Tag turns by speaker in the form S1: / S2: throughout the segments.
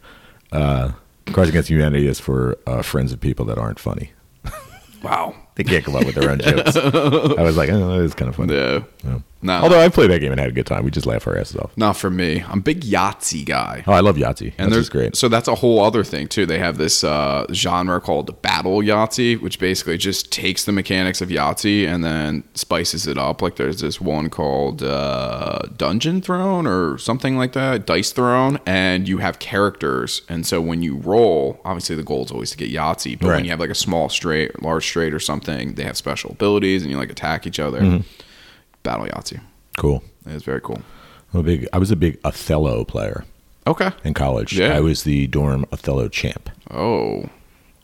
S1: Uh, Cards Against Humanity is for uh, friends of people that aren't funny.
S2: wow.
S1: They can't come up with their own jokes. I was like, oh, that is kind of funny.
S2: No. Not,
S1: Although I played that game and had a good time. We just laugh our asses off.
S2: not for me. I'm a big Yahtzee guy.
S1: Oh, I love Yahtzee. And
S2: there's
S1: that's great.
S2: So that's a whole other thing too. They have this uh, genre called battle Yahtzee, which basically just takes the mechanics of Yahtzee and then spices it up. Like there's this one called uh, Dungeon Throne or something like that, Dice Throne, and you have characters. And so when you roll, obviously the goal is always to get Yahtzee. But
S1: Right.
S2: when you have like a small straight, large straight, or something, they have special abilities, and you like attack each other.
S1: Mm-hmm.
S2: Battle Yahtzee.
S1: Cool.
S2: It's very cool.
S1: I'm a big. I was a big Othello player
S2: Okay.
S1: in college.
S2: Yeah.
S1: I was the dorm Othello champ.
S2: Oh.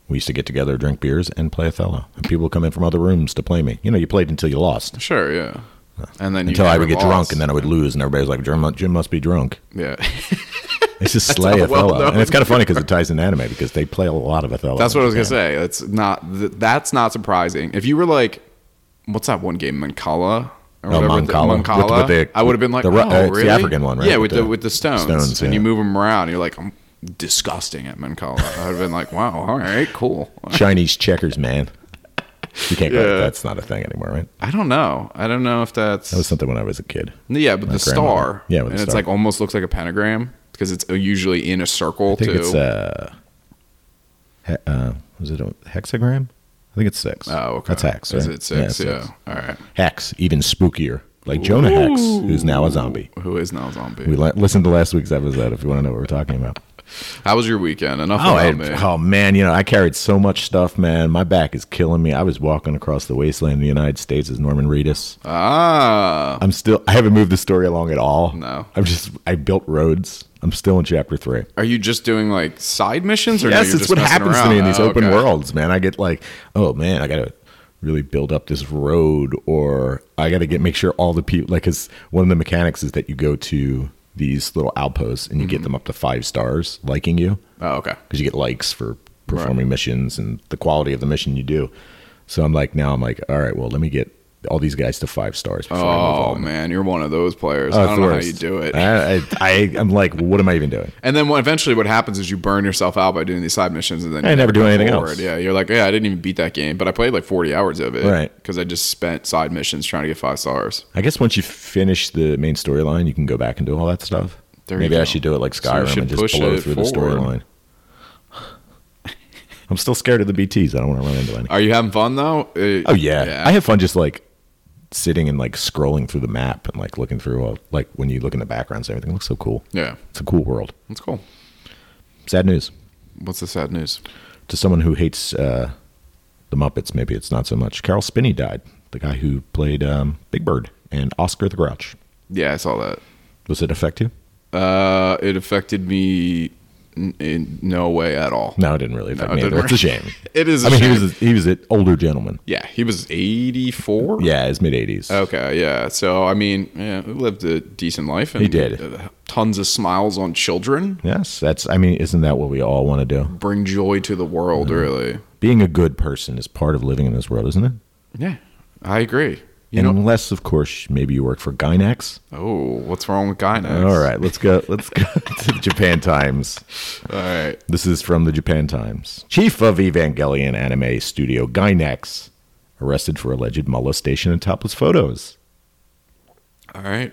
S1: We used to get together, drink beers, and play Othello. And people would come in from other rooms to play me. You know, you played until you lost.
S2: Sure, yeah. And then you
S1: Until I
S2: never
S1: would get
S2: lost.
S1: drunk, and then I would lose, and everybody was like, Jim, mu- Jim must be drunk.
S2: yeah.
S1: It's just slay
S2: a
S1: Othello.
S2: well-known
S1: and it's kind of funny because it ties in anime because they play a lot of Othello.
S2: That's what I was gonna
S1: Yeah.
S2: say. That's not th- that's not surprising. If you were like, what's that one game, Mancala or
S1: Oh,
S2: whatever, the-
S1: Mancala. With-
S2: Mancala,
S1: with the-
S2: I would have been like,
S1: the
S2: oh,
S1: Ru- uh, it's the
S2: really?
S1: African one, right?
S2: Yeah,
S1: With
S2: with the,
S1: the
S2: with the stones,
S1: stones,
S2: and
S1: yeah.
S2: you move them around. You're like, I'm disgusting at Mancala. I'd have been like, wow, all right, cool.
S1: Chinese checkers, man. You can't.
S2: Yeah.
S1: Yeah. That's not a thing anymore, right?
S2: I don't know. I don't know if that's
S1: That was something when I was a kid.
S2: yeah, but
S1: grandmother.
S2: the star,
S1: Yeah, with
S2: and
S1: the
S2: it's
S1: star.
S2: like almost looks like a pentagram because it's uh, usually in a circle
S1: I think
S2: too.
S1: it's uh, he, uh, was it a hexagram? I think it's six.
S2: oh, okay,
S1: That's hex.
S2: Is
S1: right?
S2: it
S1: it's
S2: six? Yeah, all right.
S1: Hex, even spookier. Like Jonah Hex, who's now a zombie.
S2: Who is now a zombie?
S1: We le- listen to last week's episode if you want to know what we're talking about.
S2: How was your weekend? Enough
S1: Oh,
S2: about
S1: I,
S2: me.
S1: oh man, you know I carried so much stuff, man. My back is killing me. I was walking across the wasteland of the United States as Norman Reedus.
S2: Ah,
S1: I'm still. I haven't moved the story along at all.
S2: No.
S1: I'm just. I built roads. I'm still in chapter three.
S2: are you just doing like side missions? Or no,
S1: yes,
S2: you're
S1: it's
S2: just
S1: what
S2: messing
S1: happens to
S2: around?
S1: me in these
S2: Oh,
S1: open
S2: okay.
S1: worlds, man. I get like, oh man, I gotta really build up this road, or I gotta get make sure all the people like, because one of the mechanics is that you go to these little outposts and you
S2: Mm-hmm.
S1: get them up to five stars, liking you
S2: Oh, okay.
S1: because you get likes for performing missions and the quality of the mission you do. So I'm like, now I'm like, all right, well, let me get all these guys to five stars. Before I move
S2: Oh
S1: on.
S2: man, you're one of those players.
S1: Oh,
S2: I
S1: it's
S2: don't
S1: the
S2: know
S1: worst.
S2: how you do it.
S1: I, I, I, I'm like, what am I even doing?
S2: and then what, eventually, what happens is you burn yourself out by doing these side missions, and then
S1: I
S2: you
S1: never do
S2: go
S1: anything else.
S2: Yeah, you're like, yeah, I didn't even beat that game, but I played like 40 hours of it,
S1: Right.
S2: Because I just spent side missions trying to get five stars.
S1: I guess once you finish the main storyline, you can go back and do all that stuff.
S2: There you
S1: Maybe
S2: go.
S1: I should do it like
S2: So you
S1: Skyrim
S2: should
S1: and just
S2: push
S1: blow
S2: it
S1: through the
S2: forward.
S1: storyline. I'm still scared of the BTS. I don't want to run into any.
S2: Are you having fun though? Uh,
S1: Oh yeah. I have fun just like sitting and like scrolling through the map and like looking through all like when you look in the backgrounds and everything it looks so cool.
S2: yeah,
S1: It's a cool world.
S2: that's cool.
S1: Sad news
S2: What's the sad news?
S1: to someone who hates uh, the Muppets. Maybe it's not so much. Carol Spinney died, the guy who played um, Big Bird and Oscar the Grouch.
S2: Yeah, I saw that.
S1: Does it affect you?
S2: Uh, it affected me in, in no way at all.
S1: No, it didn't really affect
S2: No, it
S1: me.
S2: didn't
S1: Either. It's a
S2: really-
S1: shame.
S2: It is.
S1: I
S2: a
S1: mean, he
S2: shame.
S1: was a, he was an older gentleman.
S2: Yeah, he was 84.
S1: Yeah, his mid eighties.
S2: Okay, yeah. So I mean, yeah, he lived a decent life. And
S1: He did.
S2: uh, Tons of smiles on children.
S1: Yes, that's. I mean, isn't that what we all want to do?
S2: Bring joy to the world,
S1: Mm-hmm.
S2: really.
S1: Being a good person is part of living in this world, isn't it?
S2: Yeah, I agree. You know.
S1: Unless, of course, maybe you work for Gynax.
S2: Oh, what's wrong with guy now?
S1: All right, let's go. Let's go to the Japan Times.
S2: All right.
S1: This is from the Japan Times. Chief of Evangelion anime studio Gynax arrested for alleged molestation and topless photos.
S2: All right.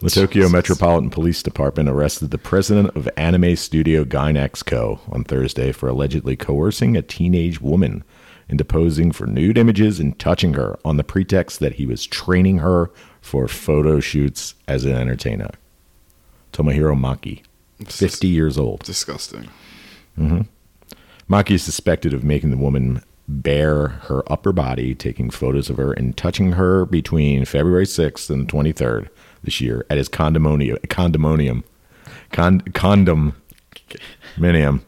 S1: The Tokyo Metropolitan Police Department arrested the president of anime studio Gainax Co. on Thursday for allegedly coercing a teenage woman into posing for nude images and touching her on the pretext that he was training her for photo shoots as an entertainer. Tomohiro Maki, 50 years old.
S2: Disgusting.
S1: Maki is suspected of making the woman bare her upper body, taking photos of her, and touching her between February 6th and 23rd this year at his condominium, condominium, con, condom, minium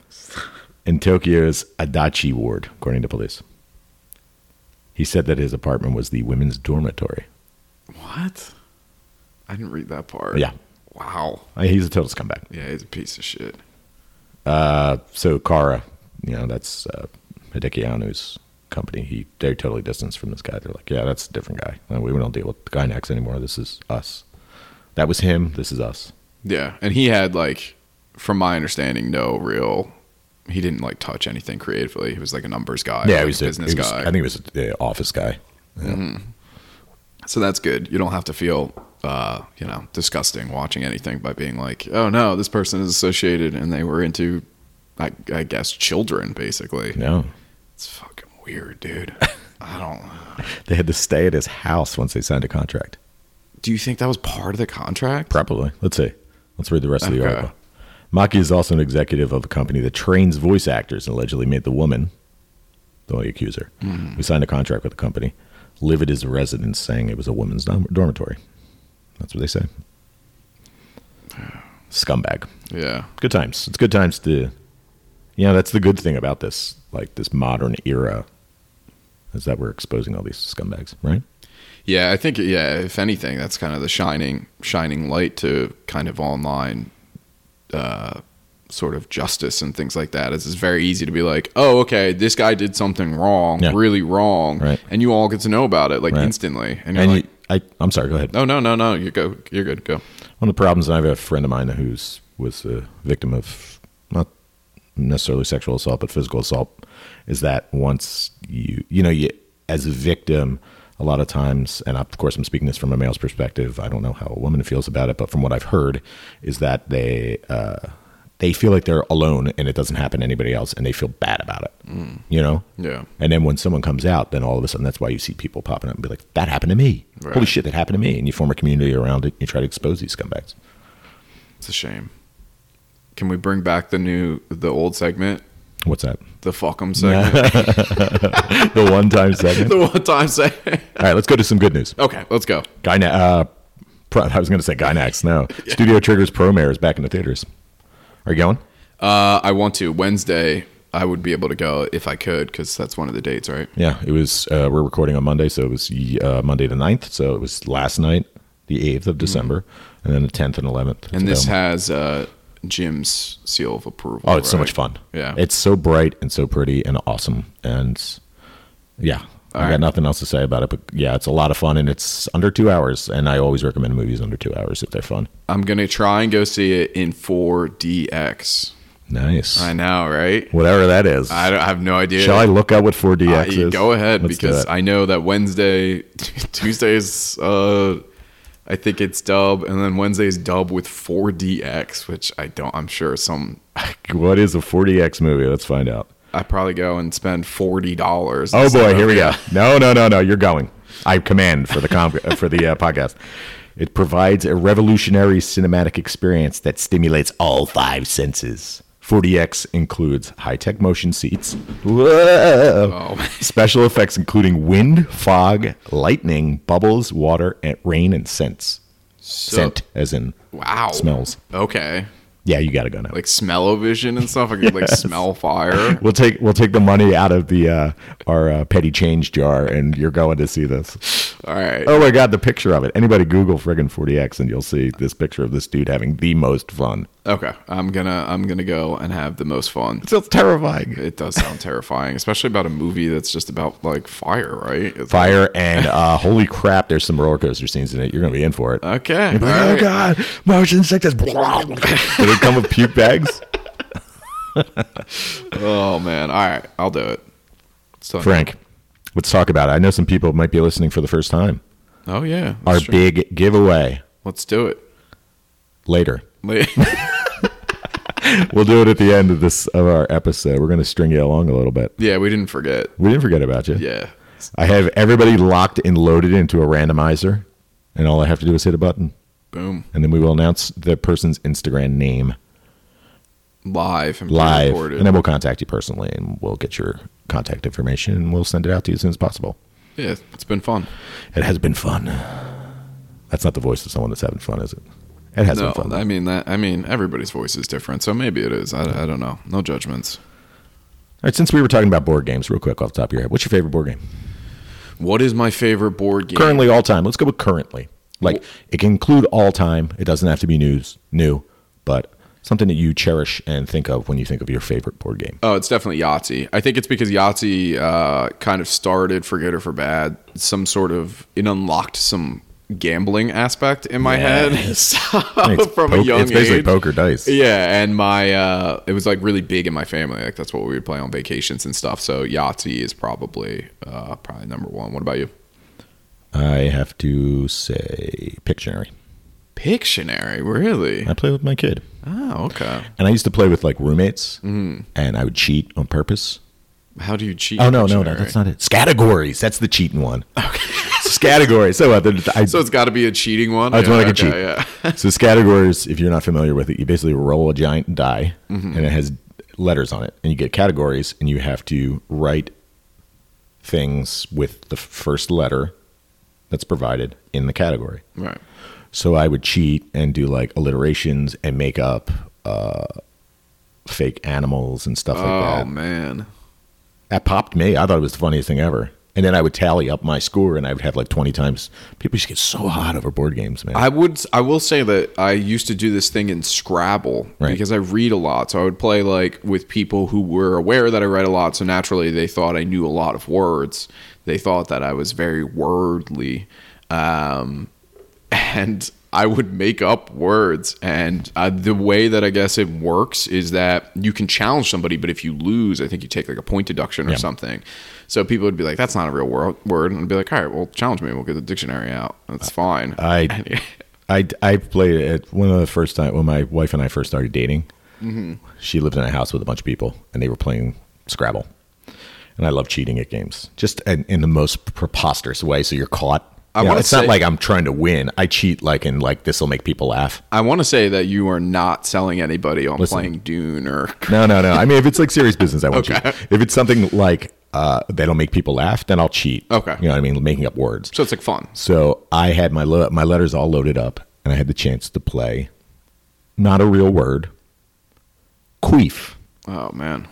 S1: in Tokyo's Adachi ward, according to police. He said that his apartment was the women's dormitory.
S2: What? I didn't read that part.
S1: Yeah.
S2: Wow.
S1: Uh, He's a total scumbag.
S2: Yeah, he's a piece of shit.
S1: Uh, So Kara, you know, that's uh, Hideki Anno's company. He they're totally distanced from this guy. They're like, yeah, that's a different guy. Uh, We don't deal with the guy next anymore. This is us. That was him. This is us.
S2: Yeah, and he had like, from my understanding, no real he didn't like touch anything creatively. He was like a numbers guy,
S1: Yeah,
S2: like
S1: he was
S2: a
S1: a,
S2: business
S1: he was-
S2: guy.
S1: I think he was the office guy.
S2: So that's good. You don't have to feel, uh, you know, disgusting watching anything by being like, oh no, this person is associated and they were into, I, I guess, children basically.
S1: No,
S2: It's fucking weird, dude. I don't.
S1: they had to stay at his house once they signed a contract.
S2: Do you think that was part of the contract?
S1: Probably. Let's see. Let's read the rest of the
S2: Okay.
S1: article. Maki is also an executive of a company that trains voice actors and allegedly made the woman, the only accuser,
S2: Mm-hmm.
S1: who signed a contract with the company, live at his residence saying it was a women's dorm- dormitory. That's what they say. Scumbag.
S2: Yeah.
S1: Good times. It's good times to, you know, that's the good thing about this, like this modern era, is that we're exposing all these scumbags, right?
S2: Yeah, I think yeah, if anything, that's kind of the shining shining light to kind of online uh sort of justice and things like that. Is it's very easy to be like, "Oh, okay, this guy did something wrong,
S1: Yeah.
S2: really wrong."
S1: Right.
S2: And you all get to know about it like
S1: Right.
S2: instantly. And you're
S1: And
S2: like,
S1: you, I, I'm sorry. Go ahead.
S2: "No, no, no, no, you go. You're good. Go."
S1: One of the problems, and I have a friend of mine who's was a victim of not necessarily sexual assault, but physical assault, is that once you you know you as a victim, a lot of times, and of course I'm speaking this from a male's perspective. I don't know how a woman feels about it, but from what I've heard, is that they uh, they feel like they're alone and it doesn't happen to anybody else, and they feel bad about it. You know,
S2: Yeah.
S1: and then when someone comes out, then all of a sudden that's why you see people popping up and be like, that happened to me.
S2: Right.
S1: Holy shit, that happened to me. And you form a community around it. You try to expose these scumbags.
S2: It's a shame. Can we bring back the new the old segment,
S1: What's that?
S2: the fuck 'em segment,
S1: The one time segment.
S2: the one time segment?
S1: All right, let's go to some good news.
S2: okay, let's go.
S1: Gyna- uh, pro- I was going to say Gynax. No. Studio Triggers Promare is back in the theaters. Are you going?
S2: Uh, I want to Wednesday. I would be able to go if I could because that's one of the dates, right?
S1: Yeah, it was. Uh, we're recording on Monday, so it was uh, Monday the 9th. So it was last night, the 8th of December, and then the 10th and 11th. It's
S2: Mm-hmm. and this
S1: available.
S2: has uh, Jim's seal of approval.
S1: Oh, it's so
S2: right?
S1: much fun.
S2: Yeah.
S1: It's so bright and so pretty and awesome. And yeah, I got
S2: right.
S1: nothing else to say about it. But yeah, it's a lot of fun and it's under two hours. And I always recommend movies under two hours if they're fun.
S2: I'm gonna try and go see it in 4DX.
S1: Nice.
S2: I know, right?
S1: Whatever that is.
S2: I, don't, I have no idea.
S1: Shall I look up what 4DX
S2: Uh, you
S1: is?
S2: go ahead
S1: Let's do
S2: because
S1: it.
S2: I know that Wednesday, Tuesday's, uh, I think it's dub, and then Wednesday's dub with 4DX, which I don't. I'm sure some.
S1: what is a 4DX movie? Let's find out.
S2: I probably go and spend forty dollars.
S1: Oh boy, here we go. No, no, no, no. You're going. I command for the com- for the uh, podcast. It provides a revolutionary cinematic experience that stimulates all five senses. 40X includes high-tech motion seats,
S2: Oh,
S1: Whoa. special effects including wind, fog, lightning, bubbles, water, and rain, and scents. Scent, as in
S2: Wow.
S1: smells.
S2: Okay.
S1: Yeah, you got to go now.
S2: Like smell-o-vision and stuff. I could like smell fire.
S1: We'll take we'll take the money out of the uh, our uh, petty change jar, and you're going to see this.
S2: All right.
S1: Oh my god, the picture of it. Anybody Google friggin' 40x and you'll see this picture of this dude having the most fun.
S2: Okay, I'm gonna I'm gonna go and have the most fun.
S1: It's just terrifying.
S2: It does sound terrifying, especially about a movie that's just about like fire, right? It's
S1: Fire and uh, holy crap, there's some roller coaster scenes in it. You're gonna be in for it.
S2: Like, okay.
S1: You'll be like,
S2: all
S1: oh
S2: right.
S1: god, motion sickness. Did it come with puke bags?
S2: Oh man. All right, I'll do it. So,
S1: Frank, let's talk about it. I know some people might be listening for the first time.
S2: Oh yeah.
S1: Our
S2: that's true.
S1: big giveaway
S2: Let's do it.
S1: later.
S2: Like-
S1: We'll do it at the end of this of our episode. We're gonna string you along a little bit.
S2: yeah, we didn't forget.
S1: We didn't forget about you.
S2: Yeah.
S1: I have everybody locked and loaded into a randomizer, and all I have to do is hit a button,
S2: Boom.
S1: and then we will announce the person's Instagram name
S2: Live and
S1: live,
S2: recorded.
S1: and then we'll contact you personally, and we'll get your contact information, and we'll send it out to you as soon as possible.
S2: yeah, it's been fun.
S1: It has been fun. That's not the voice of someone that's having fun, is it? It has
S2: No,
S1: been fun.
S2: I mean that. I mean everybody's voice is different, so maybe it is. I, I don't know. No judgments.
S1: all right, since we were talking about board games, real quick off the top of your head, what's your favorite board game?
S2: What is my favorite board game?
S1: Currently, all time. Let's go with currently. Like it can include all time. It doesn't have to be news new, but something that you cherish and think of when you think of your favorite board game.
S2: Oh, it's definitely Yahtzee. I think it's because Yahtzee uh, kind of started, for good or for bad, some sort of it unlocked some gambling aspect in my head so,
S1: I think it's
S2: from a
S1: poke-
S2: young
S1: It's basically
S2: age.
S1: poker dice.
S2: Yeah, and my uh, it was like really big in my family. Like that's what we would play on vacations and stuff. So Yahtzee is probably uh, probably number one. What about you?
S1: I have to say Pictionary.
S2: Pictionary, really?
S1: I play with my kid.
S2: Oh, okay.
S1: And I used to play with like roommates, and I would cheat on purpose.
S2: How do Mm-hmm. you cheat?
S1: Oh no, no, no,
S2: Pictionary?
S1: that's not it. Scategories. That's the cheating one. Okay. Scategories. So uh, the- I,
S2: So it's got to be a cheating one.
S1: I was
S2: Yeah,
S1: wondering if
S2: okay,
S1: you
S2: Yeah.
S1: cheat. so categories, if you're not familiar with it, you basically roll a giant die,
S2: Mm-hmm.
S1: and it has letters on it, and you get categories, and you have to write things with the first letter that's provided in the category.
S2: right.
S1: So I would cheat and do like alliterations and make up uh, fake animals and stuff like
S2: Oh
S1: that.
S2: man.
S1: That popped me. I thought it was the funniest thing ever. And then I would tally up my score, and I would have like 20 times. People just get so hot over board games, man.
S2: I would. I will say that I used to do this thing in Scrabble
S1: Right.
S2: because I read a lot. So I would play like with people who were aware that I read a lot. So naturally, they thought I knew a lot of words. They thought that I was very wordly, um, and I would make up words. And uh, the way that I guess it works is that you can challenge somebody, but if you lose, I think you take like a point deduction or
S1: Yeah.
S2: something. So people would be like, "That's not a real wor- word," and I'd be like, "All right, well, challenge me. We'll get the dictionary out. That's fine."
S1: I, I, I played it one of the first time when my wife and I first started dating.
S2: Mm-hmm.
S1: She lived in a house with a bunch of people, and they were playing Scrabble. And I love cheating at games, just in, in the most preposterous way. So you're caught.
S2: I
S1: You know,
S2: wanna
S1: it's
S2: say-
S1: not like I'm trying to win. I cheat like in like this will make people laugh.
S2: I want to say that you are not selling anybody on
S1: Listen.
S2: playing Dune or
S1: No, no, no. I mean, if it's like serious business, I won't
S2: Okay.
S1: cheat. If it's something like uh, that'll make people laugh, then I'll cheat.
S2: Okay.
S1: you know what I mean, making up words.
S2: so it's like fun.
S1: So I had my lo- my letters all loaded up, and I had the chance to play, not a real word, queef.
S2: Oh man,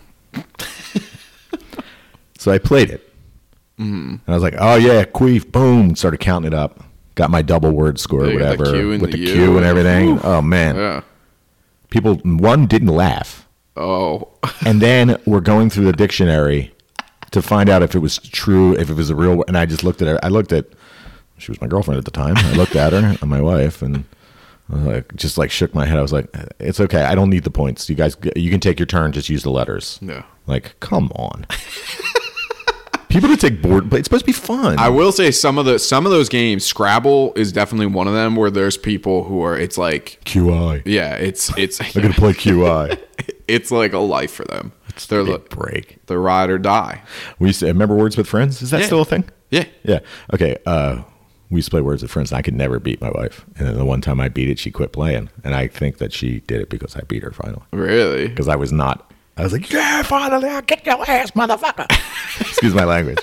S1: So I played it,
S2: Mm-hmm.
S1: mm. and I was like, "Oh yeah, queef!" Boom, started counting it up. Got my double word score,
S2: Yeah, you got the
S1: whatever,
S2: Q and
S1: with
S2: the
S1: the
S2: U
S1: Q
S2: and
S1: and
S2: the-
S1: everything.
S2: Oof.
S1: Oh man,
S2: yeah.
S1: people one didn't laugh,
S2: Oh,
S1: and then we're going through the dictionary to find out if it was true, if it was a real. And I just looked at her. I looked at she was my girlfriend at the time. I looked at her and my wife, and I was like just like shook my head. I was like, "It's okay. I don't need the points. You guys, you can take your turn. Just use the letters."
S2: Yeah.
S1: Like, come on. People to take board, but it's supposed to be fun.
S2: I will say some of the some of those games. Scrabble is definitely one of them where there's people who are. It's like
S1: QI.
S2: yeah, it's it's
S1: I'm gonna play QI.
S2: it's like a life for them. They're
S1: Big
S2: like
S1: break.
S2: the ride or die.
S1: We used to remember Words with Friends. Is that
S2: Yeah.
S1: still a thing?
S2: Yeah.
S1: Yeah. Okay. Uh, we used to play Words with Friends, and I could never beat my wife. And then the one time I beat it, she quit playing. And I think that she did it because I beat her finally.
S2: Really?
S1: Because I was not. I was like, yeah, finally, I'll kick your ass, motherfucker. Excuse my language.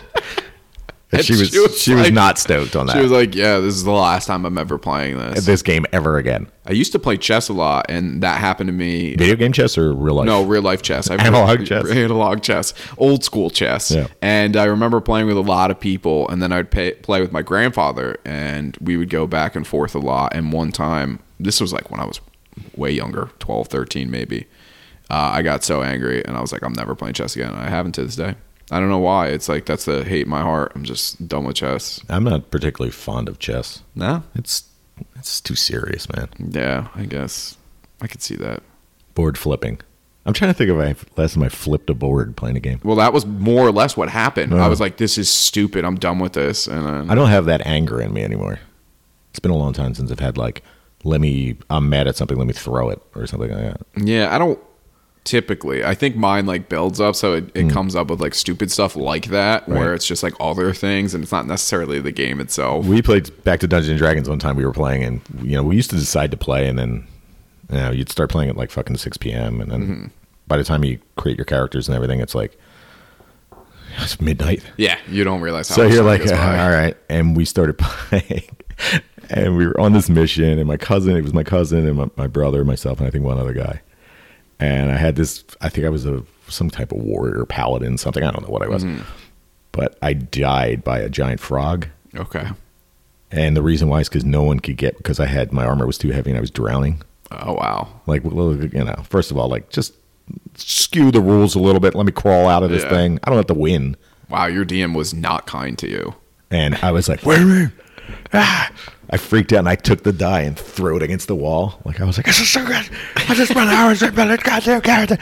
S1: And she was she was,
S2: like-
S1: not stoked on that.
S2: She was like, "Yeah, this is the last time I'm ever playing this."
S1: this game ever again.
S2: I used to play chess a lot, and that happened to me
S1: Video game chess or real life?
S2: No, real life chess. I've
S1: Analog
S2: heard-
S1: chess.
S2: Analog chess. Old school chess.
S1: Yeah.
S2: And I remember playing with a lot of people, and then I'd pay, play with my grandfather, and we would go back and forth a lot. And one time, this was like when I was way younger, 12, 13 maybe, uh, I got so angry, and I was like, I'm never playing chess again. And I haven't to this day. I don't know why. It's like that's the hate in my heart. I'm just done with chess.
S1: I'm not particularly fond of chess.
S2: No.
S1: It's it's too serious, man.
S2: Yeah, I guess I could see that.
S1: Board flipping. I'm trying to think of my last time I flipped a board playing a game.
S2: Well, that was more or less what happened.
S1: Yeah.
S2: I was like, "This is stupid. I'm done with this." And then
S1: I don't have that anger in me anymore. It's been a long time since I've had like, let me, I'm mad at something, let me throw it or something like that.
S2: Yeah, I don't typically. I think mine like builds up, so it, it comes up with like stupid stuff like that, where
S1: Hmm. Right.
S2: it's just like other things, and it's not necessarily the game itself.
S1: We played back to Dungeons and Dragons one time we were playing, and you know we used to decide to play, and then you know you'd start playing at like fucking 6 p.m. and then by the time you create your characters and everything, it's like it's midnight.
S2: Yeah, you don't realize how.
S1: So
S2: much
S1: you're
S2: time
S1: like,
S2: goes by.
S1: all right. And we started playing. and we were on this mission. And my cousin, it was my cousin and my, my brother, myself, and I think one other guy. And I had this, I think I was a some type of warrior paladin, something. I don't know what I was. But I died by a giant frog.
S2: okay.
S1: And the reason why is because no one could get, because I had, my armor was too heavy and I was drowning.
S2: Oh wow.
S1: Like, well, you know, first of all, like just skew the rules a little bit. Let me crawl out of this
S2: Yeah.
S1: thing. I don't have to win.
S2: Wow, your DM was not kind to you.
S1: And I was like, wait a minute. Ah. I freaked out and I took the die and threw it against the wall. Like I was like, this is so good. I just spent hours ripping this goddamn character.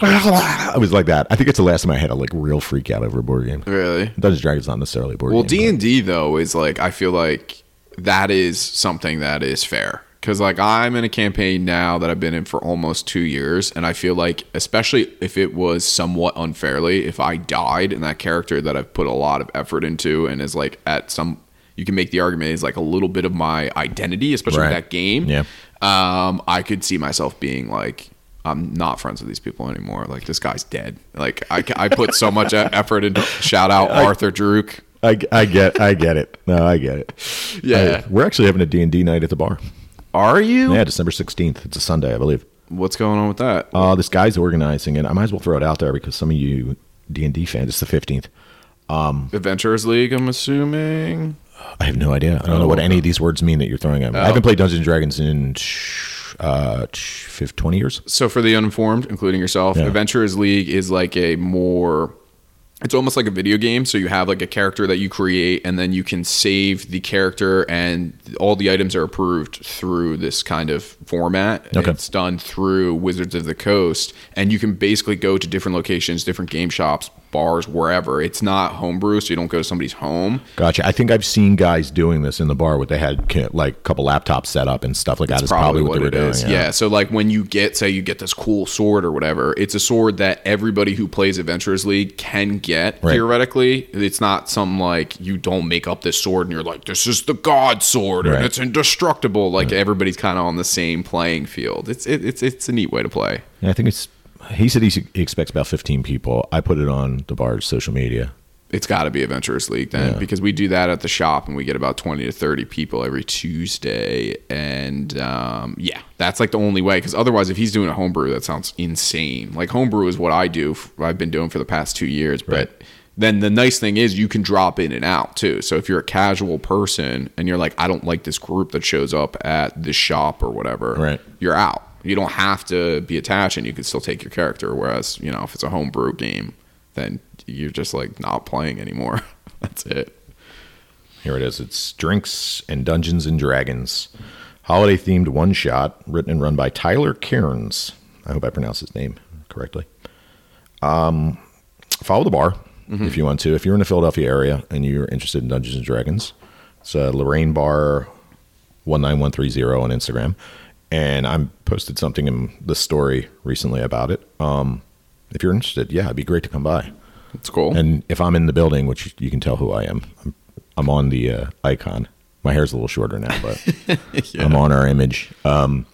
S1: I was like that. I think it's the last time I had a like real freak out over a board game.
S2: Really?
S1: Dungeons and Dragons not necessarily a board
S2: Well,
S1: game.
S2: D and D though is like I feel like that is something that is fair because like I'm in a campaign now that I've been in for almost two years, and I feel like especially if it was somewhat unfairly, if I died and that character that I've put a lot of effort into and is like at some, you can make the argument is like a little bit of my identity, especially
S1: Right.
S2: with that game.
S1: Yeah.
S2: Um, I could see myself being like. I'm not friends with these people anymore. Like this guy's dead. Like I, I put so much e- effort into. Shout out Arthur Druk.
S1: I, I get, I get it. No, I get it.
S2: Yeah.
S1: I- we're actually having a D and D night at the bar.
S2: Are you?
S1: Yeah, December sixteenth. It's a Sunday, I believe.
S2: What's going on with that?
S1: Uh, this guy's organizing it. I might as well throw it out there because some of you D and D fans. It's the fifteenth. Um,
S2: Adventurers League, I'm assuming.
S1: I have no idea. I don't know what
S2: Oh,
S1: any of these words mean that you're throwing at me. I haven't played Dungeons and Dragons in sh- uh, sh- fif- 20 years.
S2: So for the uninformed, including yourself,
S1: Yeah.
S2: Adventurers League is like a more it's almost like a video game. So you have like a character that you create, and then you can save the character, and all the items are approved through this kind of format.
S1: Okay.
S2: It's done through Wizards of the Coast, and you can basically go to different locations, different game shops, bars, wherever. It's not homebrew, so you don't go to somebody's home.
S1: Gotcha. I think I've seen guys doing this in the bar where they had ki- like a couple laptops set up and stuff like that. Is probably, what, they were
S2: it
S1: doing.
S2: is. Yeah. So like when you get, say, you get this cool sword or whatever, it's a sword that everybody who plays Adventurers League can get
S1: Right.
S2: theoretically. It's not some like you don't make up this sword and you're like, this is the god sword and
S1: Right.
S2: it's indestructible. Like everybody's kind of on the same playing field. It's it, it's it's a neat way to play.
S1: Yeah, I think it's. He said he s- he expects about 15 people. I put it on the bar's social media.
S2: It's got to be Adventurers League then
S1: Yeah.
S2: because we do that at the shop and we get about 20 to 30 people every Tuesday. And um, yeah, that's like the only way because otherwise, if he's doing a homebrew, that sounds insane. Like, homebrew is what I do, f- I've been doing for the past two years.
S1: Right.
S2: But then the nice thing is you can drop in and out too. So if you're a casual person and you're like, I don't like this group that shows up at this shop or whatever,
S1: Right.
S2: you're out. You don't have to be attached and you can still take your character. Whereas, you know, if it's a homebrew game, then you're just like not playing anymore. That's it.
S1: Here it is. It's Drinks and Dungeons and Dragons, holiday themed one shot, written and run by Tyler Cairns. I hope I pronounced his name correctly. Um, follow the bar if you want to. If you're in the Philadelphia area and you're interested in Dungeons and Dragons, it's uh, Lorraine Bar 19130 on Instagram. And I posted something in the story recently about it. Um, if you're interested, yeah, it'd be great to come by.
S2: It's cool.
S1: And if I'm in the building, which you can tell who I am, I'm, I'm on the uh, icon. My hair's a little shorter now, but I'm on our image. Um,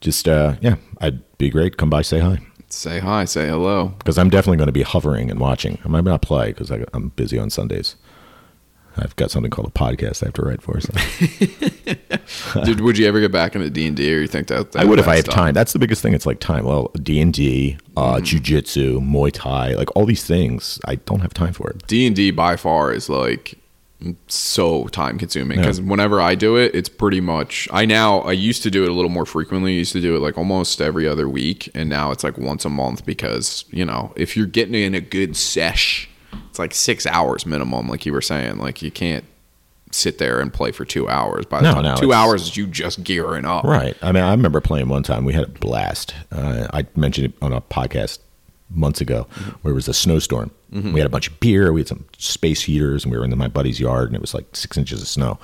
S1: just uh, yeah, I'd be great. Come by, say hi,
S2: say hi, say hello.
S1: because I'm definitely going to be hovering and watching. I might not play because I'm busy on Sundays. I've got something called a podcast I have to write for. So.
S2: Dude, would you ever get back into D and D or you think that, that
S1: I would if I
S2: that's
S1: have
S2: done?
S1: time. That's the biggest thing. It's like time. Well, D and D, jujitsu, Muay Thai, like all these things. I don't have time for it.
S2: D and D by far is like so time consuming because whenever I do it, it's pretty much I now I used to do it a little more frequently. I used to do it like almost every other week, and now it's like once a month because you know if you're getting in a good sesh, it's like six hours minimum. Like you were saying, like you can't sit there and play for two hours. By
S1: No,
S2: the time,
S1: no,
S2: two
S1: it's-
S2: hours is you just gearing up.
S1: Right. I mean, I remember playing one time. We had a blast. Uh, I mentioned it on a podcast months ago where it was a snowstorm.
S2: Mm-hmm.
S1: We had a bunch of beer. We had some space heaters, and we were in my buddy's yard, and it was like six inches of snow.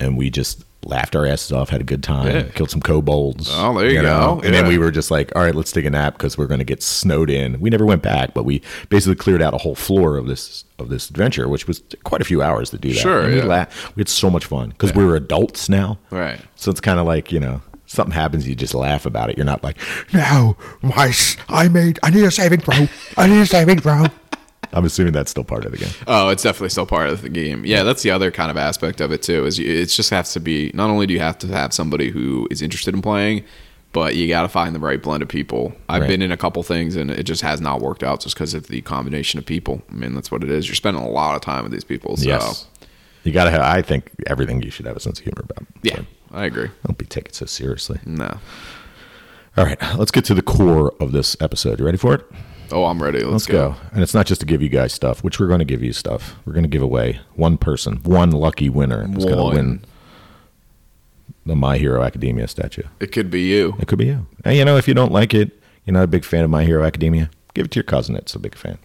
S1: And we just laughed our asses off, had a good time,
S2: Yeah.
S1: killed some kobolds.
S2: Oh, there you go.
S1: And then
S2: Yeah.
S1: we were just like, all right, let's take a nap because we're going to get snowed in. We never went back, but we basically cleared out a whole floor of this of this adventure, which was quite a few hours to do that.
S2: Sure,
S1: And we,
S2: yeah.
S1: la- we had so much fun because we were adults now.
S2: Right.
S1: So it's kind of like, you know, something happens, you just laugh about it. You're not like, no, my, s- I made, I need a saving throw. I need a saving throw. I'm assuming that's still part of the game.
S2: Oh, it's definitely still part of the game. Yeah, that's the other kind of aspect of it too. Is you, it just has to be. Not only do you have to have somebody who is interested in playing, but you got to find the right blend of people. I've
S1: Right.
S2: been in a couple things and it just has not worked out just because of the combination of people. I mean, that's what it is. You're spending a lot of time with these people. So
S1: You got to have, I think everything you should have a sense of humor about.
S2: yeah,
S1: So
S2: I agree.
S1: don't be taken so seriously.
S2: No,
S1: All right. Let's get to the core of this episode. You ready for it?
S2: Oh, I'm ready. Let's,
S1: Let's go. And it's not just to give you guys stuff, which we're going to give you stuff. We're going to give away one person, one lucky winner is going
S2: One.
S1: to win the My Hero Academia statue.
S2: It could be you.
S1: It could be you. And you know, if you don't like it, you're not a big fan of My Hero Academia, give it to your cousin that's a big fan.